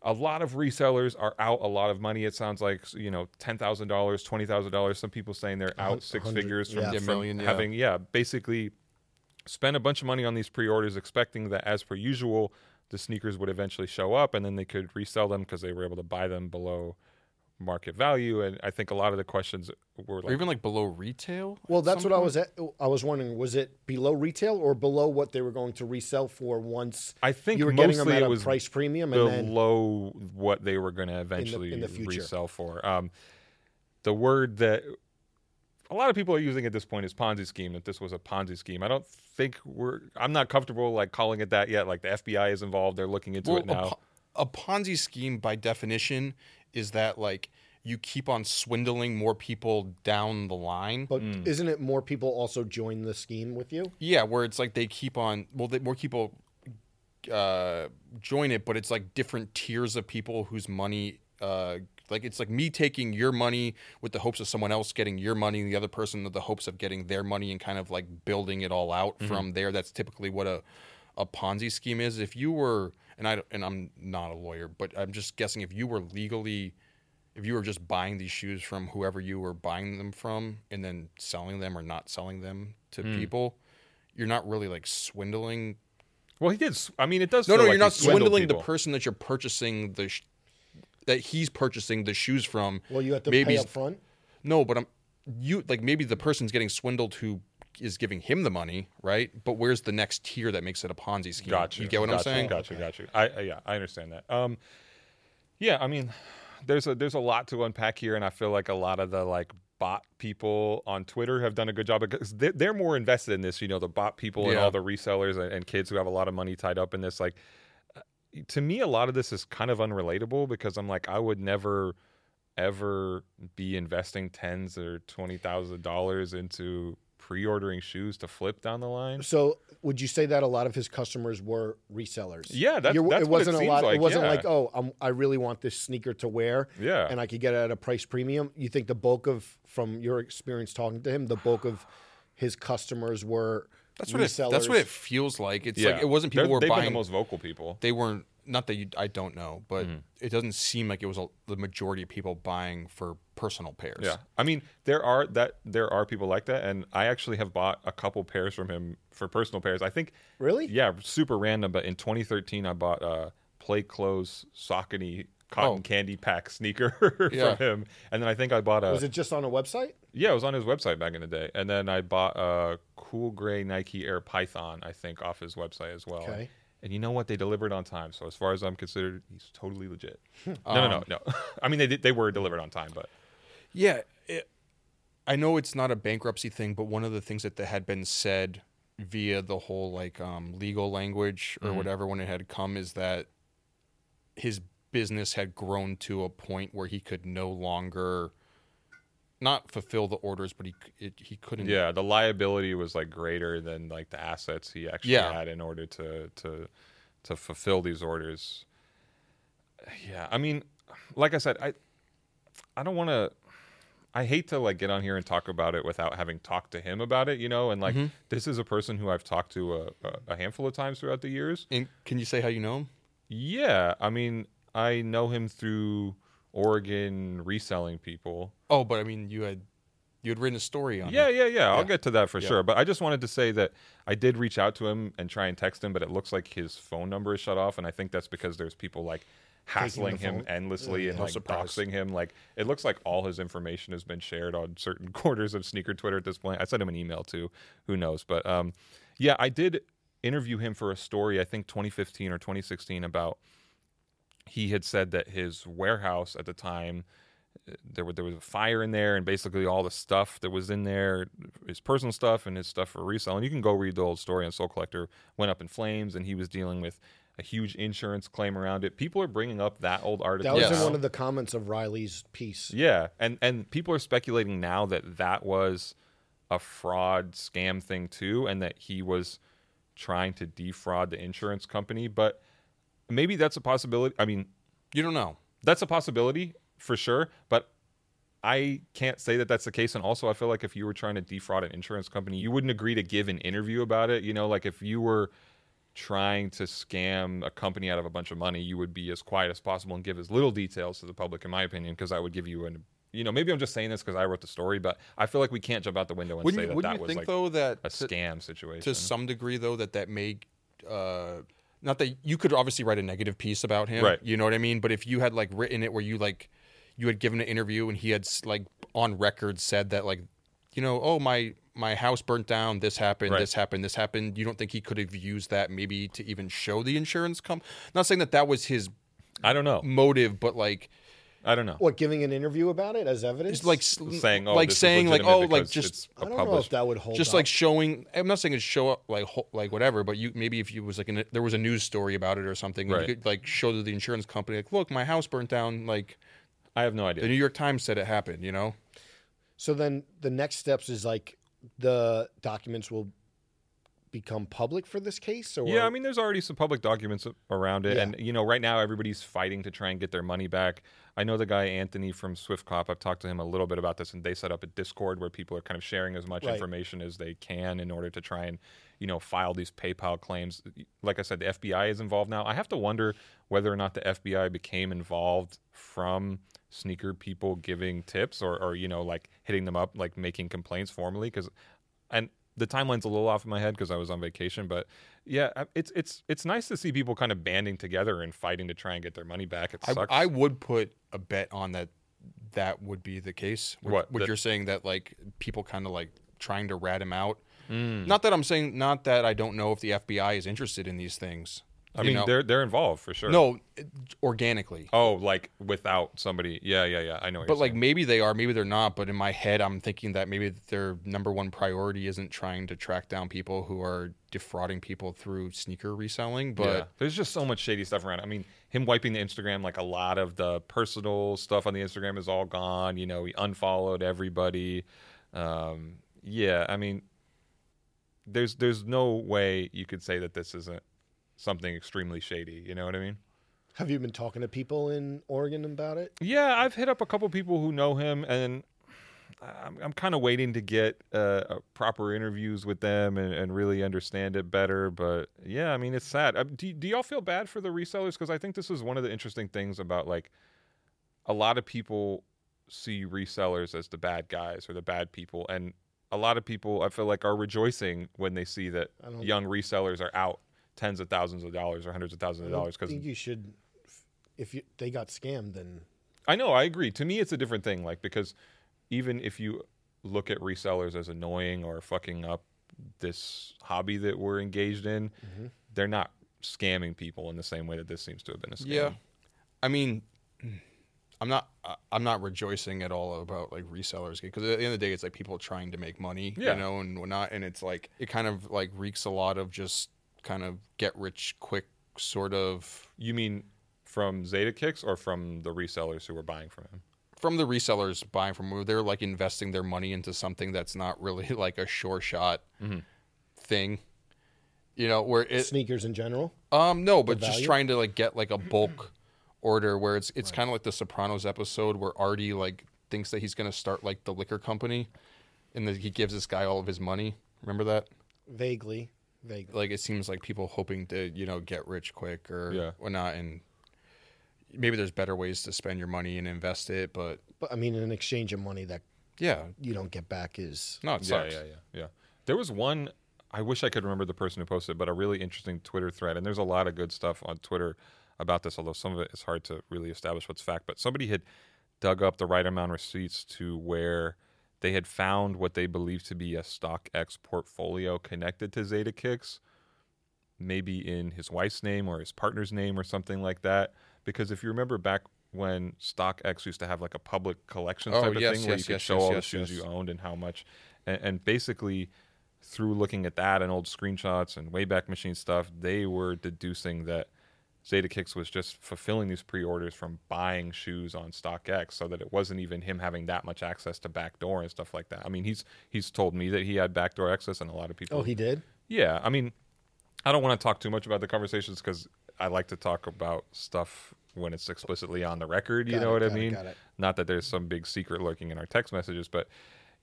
S3: A lot of resellers are out a lot of money. It sounds like you know ten thousand dollars, twenty thousand dollars. Some people saying they're out six
S1: hundred,
S3: figures from,
S1: yeah.
S2: Yeah,
S3: from
S2: million, yeah.
S3: having yeah basically spend a bunch of money on these pre-orders expecting that as per usual the sneakers would eventually show up and then they could resell them because they were able to buy them below market value and i think a lot of the questions were
S2: Or
S3: like
S2: even like below retail.
S1: Well,
S2: at
S1: that's
S2: some
S1: what I
S2: point?
S1: was at, I was wondering. Was it below retail or below what they were going to resell for once?
S3: i think
S1: you were
S3: mostly
S1: getting them at
S3: it
S1: a
S3: was
S1: price premium, and then
S3: below what they were going to eventually
S1: in the future.
S3: resell for um, the word that a lot of people are using at this point is ponzi scheme that this was a ponzi scheme i don't think we're i'm not comfortable like calling it that yet like the fbi is involved they're looking into it now
S2: A, po- a Ponzi scheme, by definition, is that like you keep on swindling more people down the line.
S1: but
S3: mm.
S1: isn't it more people also join the scheme with you?
S2: yeah, where it's like they keep on. Well, they, more people uh, join it, but it's like different tiers of people whose money. Uh, like it's like me taking your money with the hopes of someone else getting your money, and the other person with the hopes of getting their money, and kind of like building it all out from there. That's typically what a a Ponzi scheme is. If you were, and I and I'm not a lawyer, but I'm just guessing if you were legally, if you were just buying these shoes from whoever you were buying them from, and then selling them or not selling them to people, you're not really like swindling
S3: Well, he did. s- I mean, it does.
S2: no,
S3: feel
S2: no, you're
S3: like he
S2: not
S3: swindled
S2: swindling the
S3: people.
S2: person that you're purchasing the sh- that he's purchasing the shoes from.
S1: Well, you have to
S2: maybe
S1: pay up front.
S2: no, but I'm you like maybe the person's getting swindled who is giving him the money, right? But where's the next tier that makes it a Ponzi scheme?
S3: Gotcha.
S2: You get what
S3: gotcha,
S2: I'm saying?
S3: Gotcha. Gotcha. I, I yeah, I understand that. Um, yeah, I mean, there's a there's a lot to unpack here, and I feel like a lot of the like bot people on Twitter have done a good job because they're, they're more invested in this. You know, the bot people and
S2: Yeah.
S3: all the resellers and, and kids who have a lot of money tied up in this. Like, uh, to me, a lot of this is kind of unrelatable because I'm like, I would never ever be investing tens or twenty thousand dollars into pre-ordering shoes to flip down the line.
S1: So, would you say that a lot of his customers were resellers?
S3: Yeah, that's- that's
S1: it
S3: what it
S1: wasn't
S3: seems
S1: a lot.
S3: like,
S1: it wasn't
S3: yeah.
S1: like, oh, I'm, I really want this sneaker to wear,
S3: Yeah.
S1: and I could get it at a price premium. You think the bulk of, from your experience talking to him, the bulk of his customers were
S2: That's what
S1: resellers.
S2: it, that's what it feels like. It's like it wasn't people
S3: They're-
S2: were
S3: they've
S2: buying.
S3: Been the most Mm-hmm. vocal people.
S2: they weren't not that you, I don't know, but it doesn't seem like it was a, the majority of people buying for personal pairs.
S3: Yeah, I mean there are that there are people like that, and I actually have bought a couple pairs from him for personal pairs. I think
S1: Really?
S3: yeah, super random. But in 2013, I bought a play clothes Saucony cotton
S2: Oh.
S3: candy pack sneaker
S2: Yeah.
S3: from him, and then I think I bought a
S1: Was it just on a website?
S3: yeah, it was on his website back in the day, and then I bought a cool gray Nike Air Python, I think, off his website as well.
S1: Okay.
S3: And you know what? They delivered on time. So as far as I'm considered, he's totally legit. no, no, no, no. I mean, they did, they were delivered on time, but
S2: Yeah, it, I know it's not a bankruptcy thing, but one of the things that that had been said via the whole like um, legal language
S3: Mm-hmm.
S2: or whatever when it had come is that his business had grown to a point where he could no longer not fulfill the orders, but he c- it, he couldn't.
S3: yeah, the liability was like greater than like the assets he actually
S2: Yeah.
S3: had in order to to to fulfill these orders. Yeah, I mean, like I said, I I don't want to. I hate to like get on here and talk about it without having talked to him about it, you know. And like, this is a person who I've talked to a, a- a handful of times throughout the years.
S2: And can you say how you know him?
S3: Yeah, I mean, I know him through Oregon reselling people.
S2: Oh, but I mean, you had you had written a story on.
S3: Yeah,
S2: it.
S3: yeah, yeah. I'll
S2: Yeah.
S3: get to that for
S2: Yeah.
S3: sure. But I just wanted to say that I did reach out to him and try and text him, but it looks like his phone number is shut off, and I think that's because there's people like hassling
S1: the
S3: him
S1: phone.
S3: endlessly and
S2: No
S3: like
S2: surprise.
S3: doxing him. Like it looks like all his information has been shared on certain quarters of sneaker Twitter at this point. I sent him an email too. Who knows? But um, yeah, I did interview him for a story. I think 2015 or 2016 about he had said that his warehouse at the time uh, there was there was a fire in there and basically all the stuff that was in there his personal stuff and his stuff for resale and you can go read the old story on soul collector went up in flames and he was dealing with a huge insurance claim around it people are bringing up that old article
S1: That was
S2: Yes.
S1: in
S3: now.
S1: one of the comments of Riley's piece.
S3: yeah and and people are speculating now that that was a fraud scam thing too and that he was trying to defraud the insurance company but maybe that's a possibility i mean
S2: you don't know.
S3: that's a possibility for sure but i can't say that that's the case and also i feel like if you were trying to defraud an insurance company you wouldn't agree to give an interview about it you know like if you were trying to scam a company out of a bunch of money you would be as quiet as possible and give as little details to the public in my opinion because i would give you an you know maybe i'm just saying this because i wrote the story but i feel like we can't jump out the window and
S2: Wouldn't
S3: say
S2: you,
S3: that
S2: wouldn't
S3: that
S2: you
S3: was
S2: think
S3: like
S2: though that
S3: a scam situation
S2: to some degree though that that may uh not that you could obviously write a negative piece about him
S3: Right.
S2: you know what i mean but if you had like written it where you like you had given an interview and he had s- like on record said that like you know oh my my house burnt down this happened
S3: Right.
S2: this happened this happened you don't think he could have used that maybe to even show the insurance com not saying that that was his
S3: i don't know
S2: motive but like
S3: i don't know
S1: What, giving an interview about it as evidence?
S2: it's like s-
S3: saying oh,
S2: like
S3: this is
S2: saying like
S3: legitimate
S2: oh like
S3: because
S2: just
S3: it's a
S1: I don't know
S3: published
S1: if that would hold
S2: just
S1: up.
S2: like showing i'm not saying it show up like ho- like whatever but you maybe if you was like an, there was a news story about it or something
S3: Right.
S2: you could like show to the insurance company like look my house burnt down like
S3: i have no idea
S2: the new york times said it happened you know
S1: So then the next steps is like the documents will become public for this case? Or
S3: Yeah, I mean, there's already some public documents a- around it,
S1: Yeah.
S3: and you know, right now everybody's fighting to try and get their money back. I know the guy Anthony from Swift Cop. I've talked to him a little bit about this, and they set up a Discord where people are kind of sharing as much
S1: Right.
S3: information as they can in order to try and you know file these PayPal claims. Like I said, the FBI is involved now. I have to wonder whether or not the FBI became involved from sneaker people giving tips or, or you know like hitting them up like making complaints formally because and the timeline's a little off in my head because I was on vacation, but yeah, I- it's it's it's nice to see people kind of banding together and fighting to try and get their money back. It
S2: I,
S3: sucks.
S2: I would put a bet on that that would be the case. Which,
S3: What,
S2: Which
S3: that-
S2: you're saying that like people kind of like trying to rat him out.
S3: Mm.
S2: Not that I'm saying not that I don't know if the FBI is interested in these things.
S3: I
S2: you
S3: mean,
S2: know?
S3: they're they're involved for sure.
S2: no it- organically.
S3: oh, like without somebody, yeah, yeah, yeah. I know. What
S2: But
S3: you're
S2: like
S3: saying.
S2: maybe they are, maybe they're not. But in my head, I'm thinking that maybe their number one priority isn't trying to track down people who are defrauding people through sneaker reselling. But
S3: Yeah. there's just so much shady stuff around. I mean, him wiping the Instagram, like a lot of the personal stuff on the Instagram is all gone. You know, he unfollowed everybody. Um, yeah, I mean, there's there's no way you could say that this isn't something extremely shady. You know what I mean?
S1: have you been talking to people in Oregon about it?
S3: Yeah, I've hit up a couple people who know him, and I'm, I'm kind of waiting to get uh, uh, proper interviews with them and, and really understand it better. But yeah, I mean, it's sad. Uh, do, do y'all feel bad for the resellers? Because I think this is one of the interesting things about like a lot of people see resellers as the bad guys or the bad people, and a lot of people I feel like are rejoicing when they see that
S1: I don't-
S3: young resellers are out tens of thousands of dollars or hundreds of thousands
S1: I
S3: of
S1: don't
S3: dollars because
S1: think you should. If you, they got scammed, then
S3: I know, I agree. To me, it's a different thing. Like because even if you look at resellers as annoying or fucking up this hobby that we're engaged in, they're not scamming people in the same way that this seems to have been a scam.
S2: Yeah, I mean, I'm not I- I'm not rejoicing at all about like resellers because at the end of the day, it's like people trying to make money,
S3: Yeah.
S2: you know, and whatnot, and it's like it kind of like reeks a lot of just kind of get rich quick sort of
S3: You mean from Zeta Kicks or from the resellers who were buying from him?
S2: from the resellers buying from where they're like investing their money into something that's not really like a sure shot
S3: Mm-hmm.
S2: thing. You know, where it
S1: sneakers in general.
S2: Um, no, but just
S1: value?
S2: trying to like get like a bulk order where it's it's kind of like the Sopranos episode where Artie like thinks that he's gonna start like the liquor company, and then he gives this guy all of his money. Remember that?
S1: Vaguely, vaguely.
S2: Like it seems like people hoping to you know get rich quick or
S3: Yeah.
S2: whatnot, and maybe there's better ways to spend your money and invest it, but
S1: But I mean, an exchange of money that
S2: yeah,
S1: you don't get back is
S2: no, it
S3: Yeah,
S2: sucks.
S3: yeah, yeah, yeah. There was one. I wish I could remember the person who posted, it, but a really interesting Twitter thread, and there's a lot of good stuff on Twitter about this. Although some of it is hard to really establish what's fact, but somebody had dug up the right amount of receipts to where they had found what they believed to be a StockX portfolio connected to Zeta Kicks, maybe in his wife's name or his partner's name or something like that. Because if you remember back when StockX used to have like a public collection
S2: Oh,
S3: type of
S2: yes,
S3: thing where
S2: yes,
S3: you could
S2: yes,
S3: show
S2: yes,
S3: all the
S2: yes,
S3: shoes
S2: yes.
S3: you owned and how much, and, and basically through looking at that and old screenshots and Wayback Machine stuff, they were deducing that Zetakicks was just fulfilling these pre-orders from buying shoes on StockX, so that it wasn't even him having that much access to backdoor and stuff like that. I mean, he's he's told me that he had backdoor access, and a lot of people.
S1: Oh, he did.
S3: yeah, I mean, I don't want to talk too much about the conversations because I like to talk about stuff when it's explicitly on the record. You
S1: Got
S3: know
S1: it,
S3: what
S1: got
S3: I
S1: it,
S3: mean?
S1: got it.
S3: Not that there's some big secret lurking in our text messages, but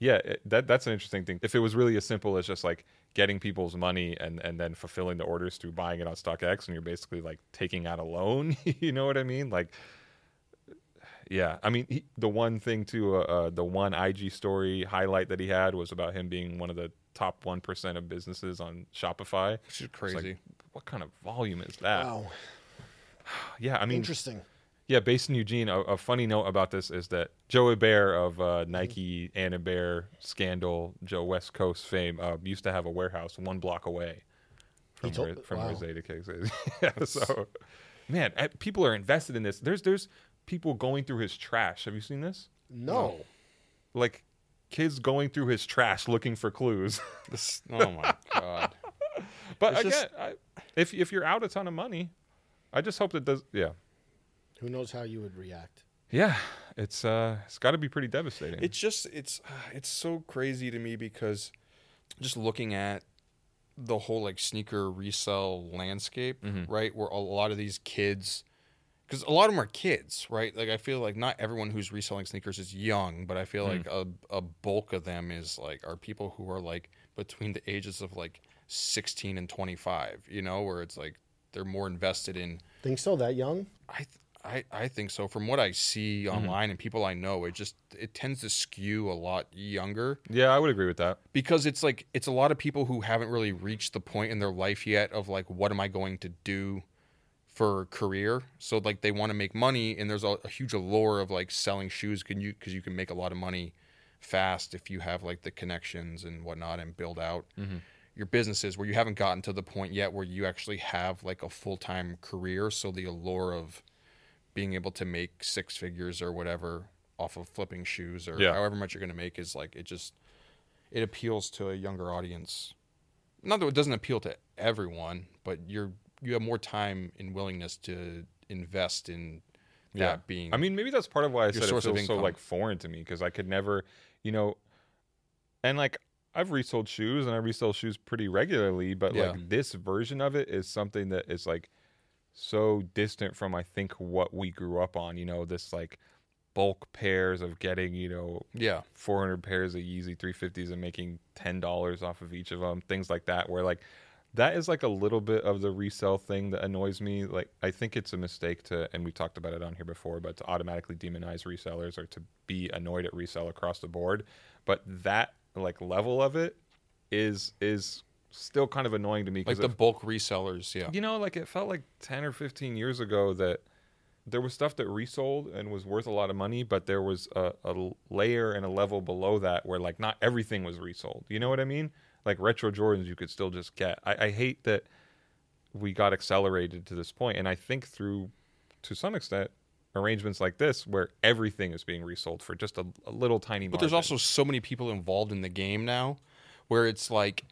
S3: yeah, it, that that's an interesting thing. If it was really as simple as just like getting people's money and and then fulfilling the orders through buying it on StockX, and you're basically like taking out a loan. you know what I mean? Like. Yeah, I mean he, the one thing too, uh, uh, the one IG story highlight that he had was about him being one of the top one percent of businesses on Shopify.
S2: Which is
S3: It's like,
S2: crazy.
S3: what kind of volume is that?
S1: Wow,
S3: Yeah, Uh, I mean,
S1: interesting.
S3: yeah, based in Eugene, a, a funny note about this is that Joey Bear of uh, Nike Anna Bear scandal, Joe West Coast fame, uh, used to have a warehouse one block away from,
S1: told-
S3: where, from
S1: wow.
S3: where Zeta Kicks is. yeah, so, man, uh, people are invested in this. There's there's people going through his trash. Have you seen this?
S1: No,
S3: Like kids going through his trash looking for clues.
S2: This- oh my god.
S3: but
S2: It's
S3: again,
S2: just-
S3: I, if if you're out a ton of money, I just hope that does. Yeah.
S1: who knows how you would react?
S3: Yeah, it's uh, it's got to be pretty devastating.
S2: It's just it's it's so crazy to me because just looking at the whole like sneaker resell landscape, right? Where a lot of these kids, because a lot of them are kids, right? Like I feel like not everyone who's reselling sneakers is young, but I feel like a a bulk of them is like are people who are like between the ages of like sixteen and twenty five, you know, where it's like they're more invested in
S1: Think so? That young?
S2: I, th- I I think so. From what I see online and people I know, it just it tends to skew a lot younger
S3: Yeah, I would agree with that.
S2: because it's like it's a lot of people who haven't really reached the point in their life yet of like what am I going to do for a career. So like they want to make money and there's a, a huge allure of like selling shoes can you because you can make a lot of money fast if you have like the connections and whatnot and build out your businesses where you haven't gotten to the point yet where you actually have like a full time career. So the allure of being able to make six figures or whatever off of flipping shoes or
S3: Yeah.
S2: however much you're going to make is like it just it appeals to a younger audience. Not that it doesn't appeal to everyone, but you're you have more time and willingness to invest in that
S3: Yeah.
S2: being.
S3: I mean, maybe that's part of why I said it
S2: source of
S3: feels so
S2: income.
S3: like foreign to me because I could never, you know, and like I've resold shoes and I resell shoes pretty regularly, but
S2: Yeah.
S3: like this version of it is something that is like so distant from I think what we grew up on. You know, this like bulk pairs of getting you know
S2: yeah,
S3: 400 pairs of Yeezy 350s and making $10 off of each of them, things like that, where like that is like a little bit of the resell thing that annoys me. Like, I think it's a mistake to, and we talked about it on here before, but to automatically demonize resellers or to be annoyed at resell across the board. But that like level of it is, is still kind of annoying to me. 'cause
S2: like the
S3: it
S2: bulk resellers. Yeah,
S3: you know, like it felt like 10 or 15 years ago that there was stuff that resold and was worth a lot of money, but there was a, a l- layer and a level below that where like not everything was resold. You know what I mean? Like retro Jordans, you could still just get. I, I hate that we got accelerated to this point, and I think through to some extent arrangements like this where everything is being resold for just a, a little tiny.
S2: But there's
S3: margin.
S2: also so many people involved in the game now where it's like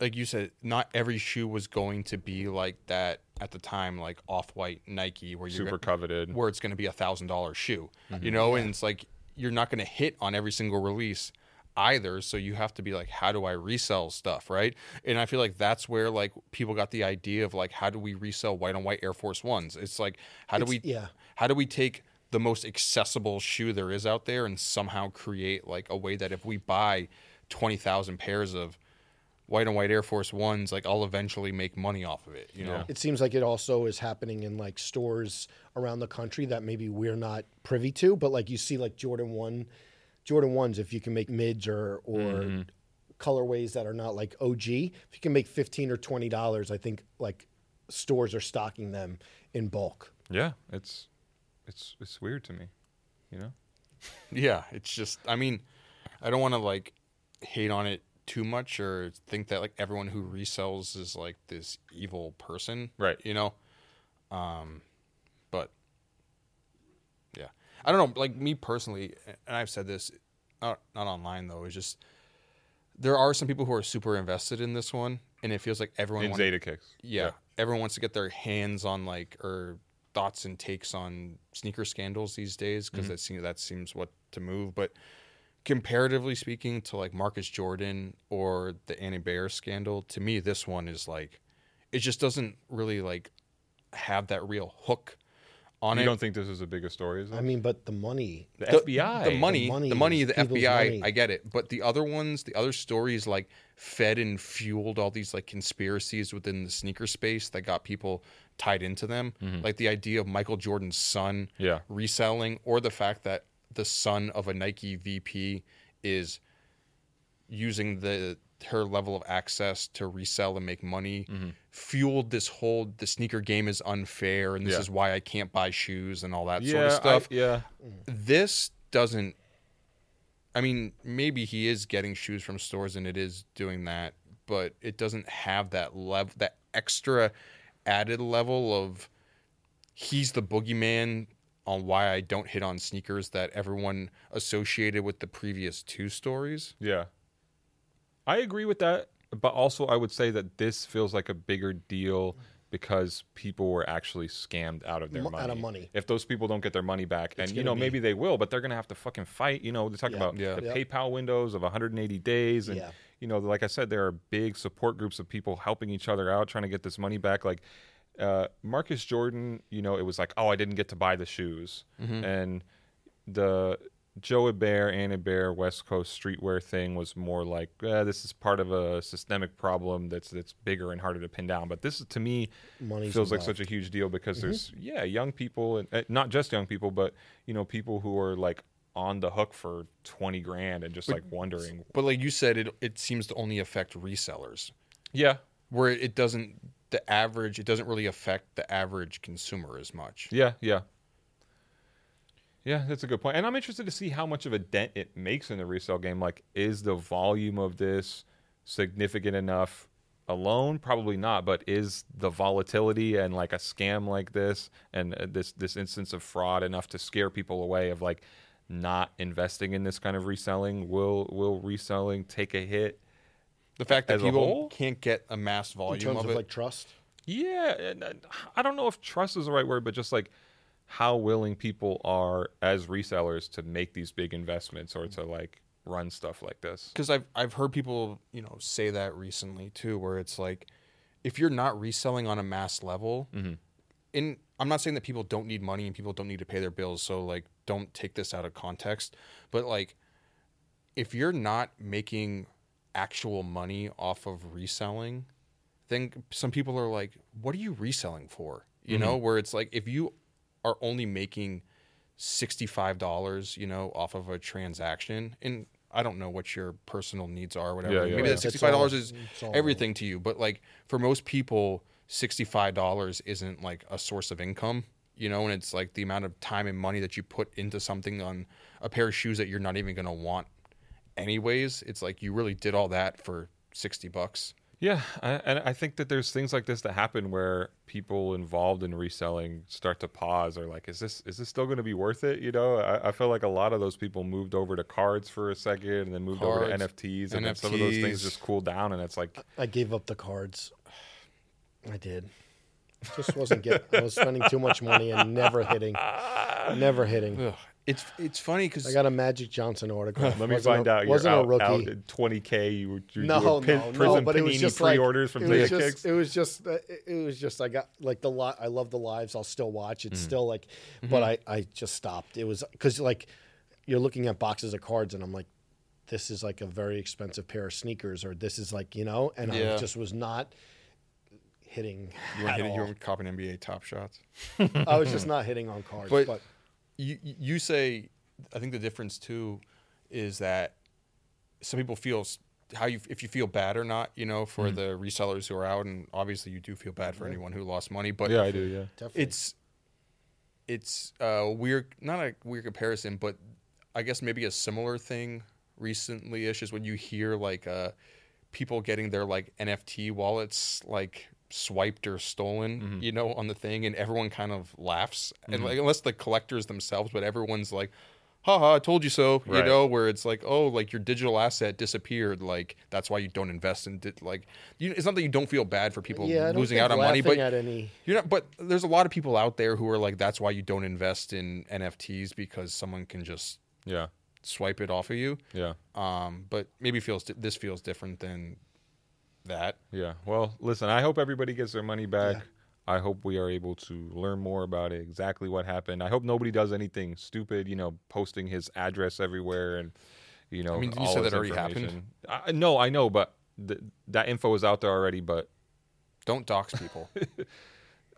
S2: like you said not every shoe was going to be like that at the time like off-white Nike where you're
S3: super
S2: go-
S3: coveted.
S2: where it's going to be a $1000 shoe. You know, and it's like you're not going to hit on every single release either so you have to be like how do I resell stuff, right? And I feel like that's where like people got the idea of like how do we resell white on white Air Force 1s? It's like how do we
S1: yeah.
S2: how do we take the most accessible shoe there is out there and somehow create like a way that if we buy 20,000 pairs of white and white Air Force Ones, like I'll eventually make money off of it, you know?
S1: It seems like it also is happening in like stores around the country that maybe we're not privy to, but like you see like Jordan 1 Jordan 1s if you can make mids or or
S2: Mm-hmm.
S1: colorways that are not like OG, if you can make 15 or 20 dollars, I think like stores are stocking them in bulk.
S3: yeah, it's it's it's weird to me. You know.
S2: Yeah, it's just I mean, I don't want to like hate on it too much or think that like everyone who resells is like this evil person.
S3: Right.
S2: You know? Um but yeah. I don't know, like me personally, and I've said this not, not online though, it's just there are some people who are super invested in this one and it feels like everyone
S3: In
S2: wants-
S3: Zeta kicks.
S2: yeah, everyone wants to get their hands on like or thoughts and takes on sneaker scandals these days
S3: Mm-hmm.
S2: because that seems that seems what to move. But comparatively speaking to like Marcus Jordan or the Annie Bayer scandal, to me this one is like it just doesn't really like have that real hook on
S3: You
S2: it.
S3: don't think this is the biggest story? Is it?
S1: I mean, but the money
S3: the,
S2: the-
S3: FBI.
S2: The money, the money,
S1: money
S2: the,
S1: is people's
S2: FBI.
S1: money.
S2: I get it, but the other ones, the other stories, like fed and fueled all these like conspiracies within the sneaker space that got people tied into them. Like the idea of Michael Jordan's son
S3: Yeah.
S2: reselling, or the fact that the son of a Nike VP is using the her level of access to resell and make money fueled this whole the sneaker game is unfair and this
S3: Yeah.
S2: is why I can't buy shoes and all that
S3: Yeah.
S2: sort of stuff
S3: I, yeah.
S2: this doesn't i mean maybe he is getting shoes from stores and it is doing that but it doesn't have that level that extra added level of he's the boogeyman on why i don't hit on sneakers that everyone associated with the previous two stories
S3: Yeah. I agree with that, but also I would say that this feels like a bigger deal because people were actually scammed out of their
S1: Mo-
S3: money.
S1: out of money.
S3: If those people don't get their money back, and you know
S1: gonna be-
S3: maybe they will, but they're gonna have to fucking fight. You know, they talk
S1: Yeah.
S3: about
S2: Yeah.
S3: the
S1: Yep.
S3: PayPal windows of 180 days, and
S1: Yeah.
S3: you know, like I said, there are big support groups of people helping each other out, trying to get this money back. Like uh, Marcus Jordan, you know, it was like, oh, I didn't get to buy the shoes, and the Joe Bear, Anna Bear, West Coast streetwear thing was more like eh, this is part of a systemic problem that's that's bigger and harder to pin down. But this is to me
S1: Money's
S3: feels like
S1: involved.
S3: such such a huge deal because there's yeah young people and uh, not just young people but you know people who are like on the hook for 20 grand and just like wondering
S2: But like you said, it it seems to only affect resellers,
S3: yeah
S2: where it doesn't the average. It doesn't really affect the average consumer as much.
S3: yeah yeah yeah that's a good point and i'm interested to see how much of a dent it makes in the resale game like is the volume of this significant enough alone probably not but is the volatility and like a scam like this and uh, this this instance of fraud enough to scare people away of like not investing in this kind of reselling will will reselling take a hit
S2: The fact that
S3: As a
S2: people
S3: whole?
S2: can't get a mass
S1: in
S2: volume
S1: terms
S2: of,
S1: of
S2: it.
S1: like trust.
S3: yeah and, uh, i don't know if trust is the right word but just like how willing people are as resellers to make these big investments or to like run stuff like this
S2: because I've I've heard people you know say that recently too, where it's like if you're not reselling on a mass level, in I'm not saying that people don't need money and people don't need to pay their bills, so like don't take this out of context, but like if you're not making actual money off of reselling, then some people are like, what are you reselling for?
S3: Mm-hmm.
S2: You know, where it's like if you are only making $65, you know, off of a transaction and I don't know what your personal needs are, whatever.
S3: Yeah, yeah,
S2: Maybe
S3: yeah.
S2: that
S1: It's
S2: sixty-five dollars
S1: all-
S2: is
S1: it's all-
S2: everything to you, but like for most people, sixty-five dollars isn't like a source of income, you know. And it's like the amount of time and money that you put into something on a pair of shoes that you're not even going to want, anyways. It's like you really did all that for sixty bucks.
S3: Yeah, I, and I think that there's things like this that happen where people involved in reselling start to pause or like, is this is this still going to be worth it? You know, I, I feel like a lot of those people moved over to cards for a second and then moved over to
S2: Cards,
S3: NFTs, and then some of those
S2: NFTs.
S3: things just cool down, and it's like,
S1: I gave up the cards. I did. Just wasn't getting. I was spending too much money and never hitting. Never hitting.
S2: It's it's funny because
S1: I got a Magic Johnson autograph.
S3: let me
S1: Wasn't
S3: find
S1: a,
S3: out,
S1: Wasn't
S3: you're
S1: a
S3: out,
S1: rookie.
S3: out at 20k, you were you
S1: no,
S3: doing pin,
S1: no,
S3: prison
S1: no, but it was
S3: panini
S1: just like
S3: pre-orders from
S1: it was
S3: Dick
S1: just,
S3: Kicks.
S1: it was just, uh, it, it was just. I got like the lot. I love the lives. I'll still watch.
S3: Mm.
S1: It's still like,
S3: Mm-hmm.
S1: but I, I just stopped. It was because like, you're looking at boxes of cards, and I'm like, this is like a very expensive pair of sneakers, or this is like you know, and
S2: Yeah.
S1: I just was not hitting.
S2: you want
S1: at
S2: to hit it,
S1: all.
S2: you want copying NBA top shots.
S1: I was just not hitting on cards,
S2: But-
S1: but,
S2: you you say I think the difference too is that some people feel s- how you if you feel bad or not, you know, for the resellers who are out and obviously you do feel bad for anyone who lost money, but
S3: Yeah, I do. Yeah,
S1: definitely.
S2: it's it's a weird not a weird comparison, but I guess maybe a similar thing recently ish is when you hear like uh people getting their like NFT wallets like swiped or stolen,
S1: Mm-hmm.
S2: you know, on the thing and everyone kind of laughs. And like unless the collectors themselves, but everyone's like, haha, I told you so. You
S3: Right.
S2: know, where it's like, oh, like your digital asset disappeared. Like that's why you don't invest in di- like you, it's not that you don't feel bad for people
S1: yeah, I don't
S2: losing
S1: think
S2: out on money,
S1: laughing
S2: but
S1: at any.
S2: you're not, but there's a lot of people out there who are like, that's why you don't invest in NFTs because someone can just
S3: yeah,
S2: swipe it off of you.
S3: yeah.
S2: Um, but maybe feels this feels different than that.
S3: Yeah. Well, listen, I hope everybody gets their money back. I hope we are able to learn more about it, exactly what happened. I hope nobody does anything stupid, you know, posting his address everywhere and, you know,
S2: I mean, didn't you
S3: all
S2: say
S3: his
S2: that already happened?
S3: information. I, no, I know, but th- that info is out there already, but,
S2: Don't dox people.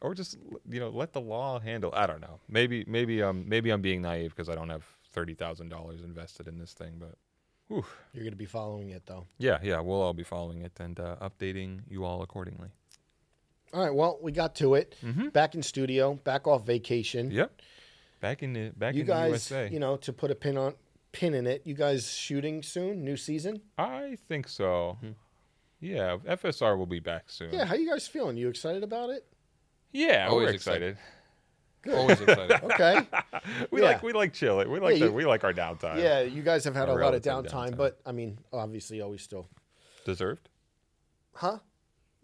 S3: or just, you know, let the law handle. I don't know. Maybe, maybe, um, maybe I'm being naive because I don't have $30,000 invested in this thing, but. Whew.
S1: You're going to be following it though.
S3: Yeah, yeah, we'll all be following it and uh, updating you all accordingly.
S1: All right. Well, we got to it.
S3: Mm-hmm.
S1: Back in studio. Back off vacation.
S3: Yep. Back in the back
S1: you
S3: in the
S1: guys,
S3: USA.
S1: you know, to put a pin on pin in it. You guys shooting soon? New season?
S3: I think so. Yeah, FSR will be back soon.
S1: Hmm. Yeah. How you guys feeling? You excited about it?
S3: yeah,
S2: Always
S3: we're excited.
S2: Always excited.
S1: Okay.
S3: We
S1: Yeah.
S3: like we like chilling. We like
S1: Yeah,
S3: the,
S1: you-
S3: we like our downtime.
S1: yeah. You guys have had a lot of
S3: Relative
S1: downtime,
S3: downtime.
S1: but I mean, obviously, always still.
S3: deserved.
S1: Huh?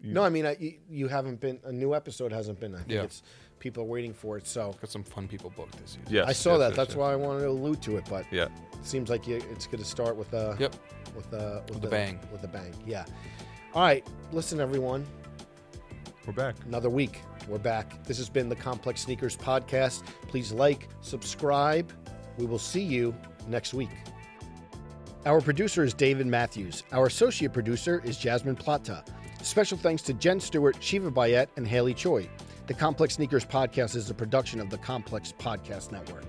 S1: no, I mean, I, you, you haven't been. A new episode hasn't been. I think
S2: Yeah.
S1: it's people are waiting for it. So
S2: Got some fun people booked this season.
S3: Yes,
S1: I saw
S3: yes,
S1: that.
S3: yes,
S1: That's
S3: yes.
S1: why I wanted to allude to it, but
S3: Yeah.
S1: seems like you, it's going to start with a
S2: Yep.
S1: with a with,
S2: a bang.
S1: with a bang. Yeah. All right, listen, everyone.
S3: We're back.
S1: Another week, we're back. This has been the Complex Sneakers podcast. Please like, subscribe. We will see you next week. Our producer is David Matthews. Our associate producer is Jasmine Plata. Special thanks to Jen Stewart, Shiva Bayet, and Haley Choi. The Complex Sneakers podcast is a production of the Complex Podcast Network.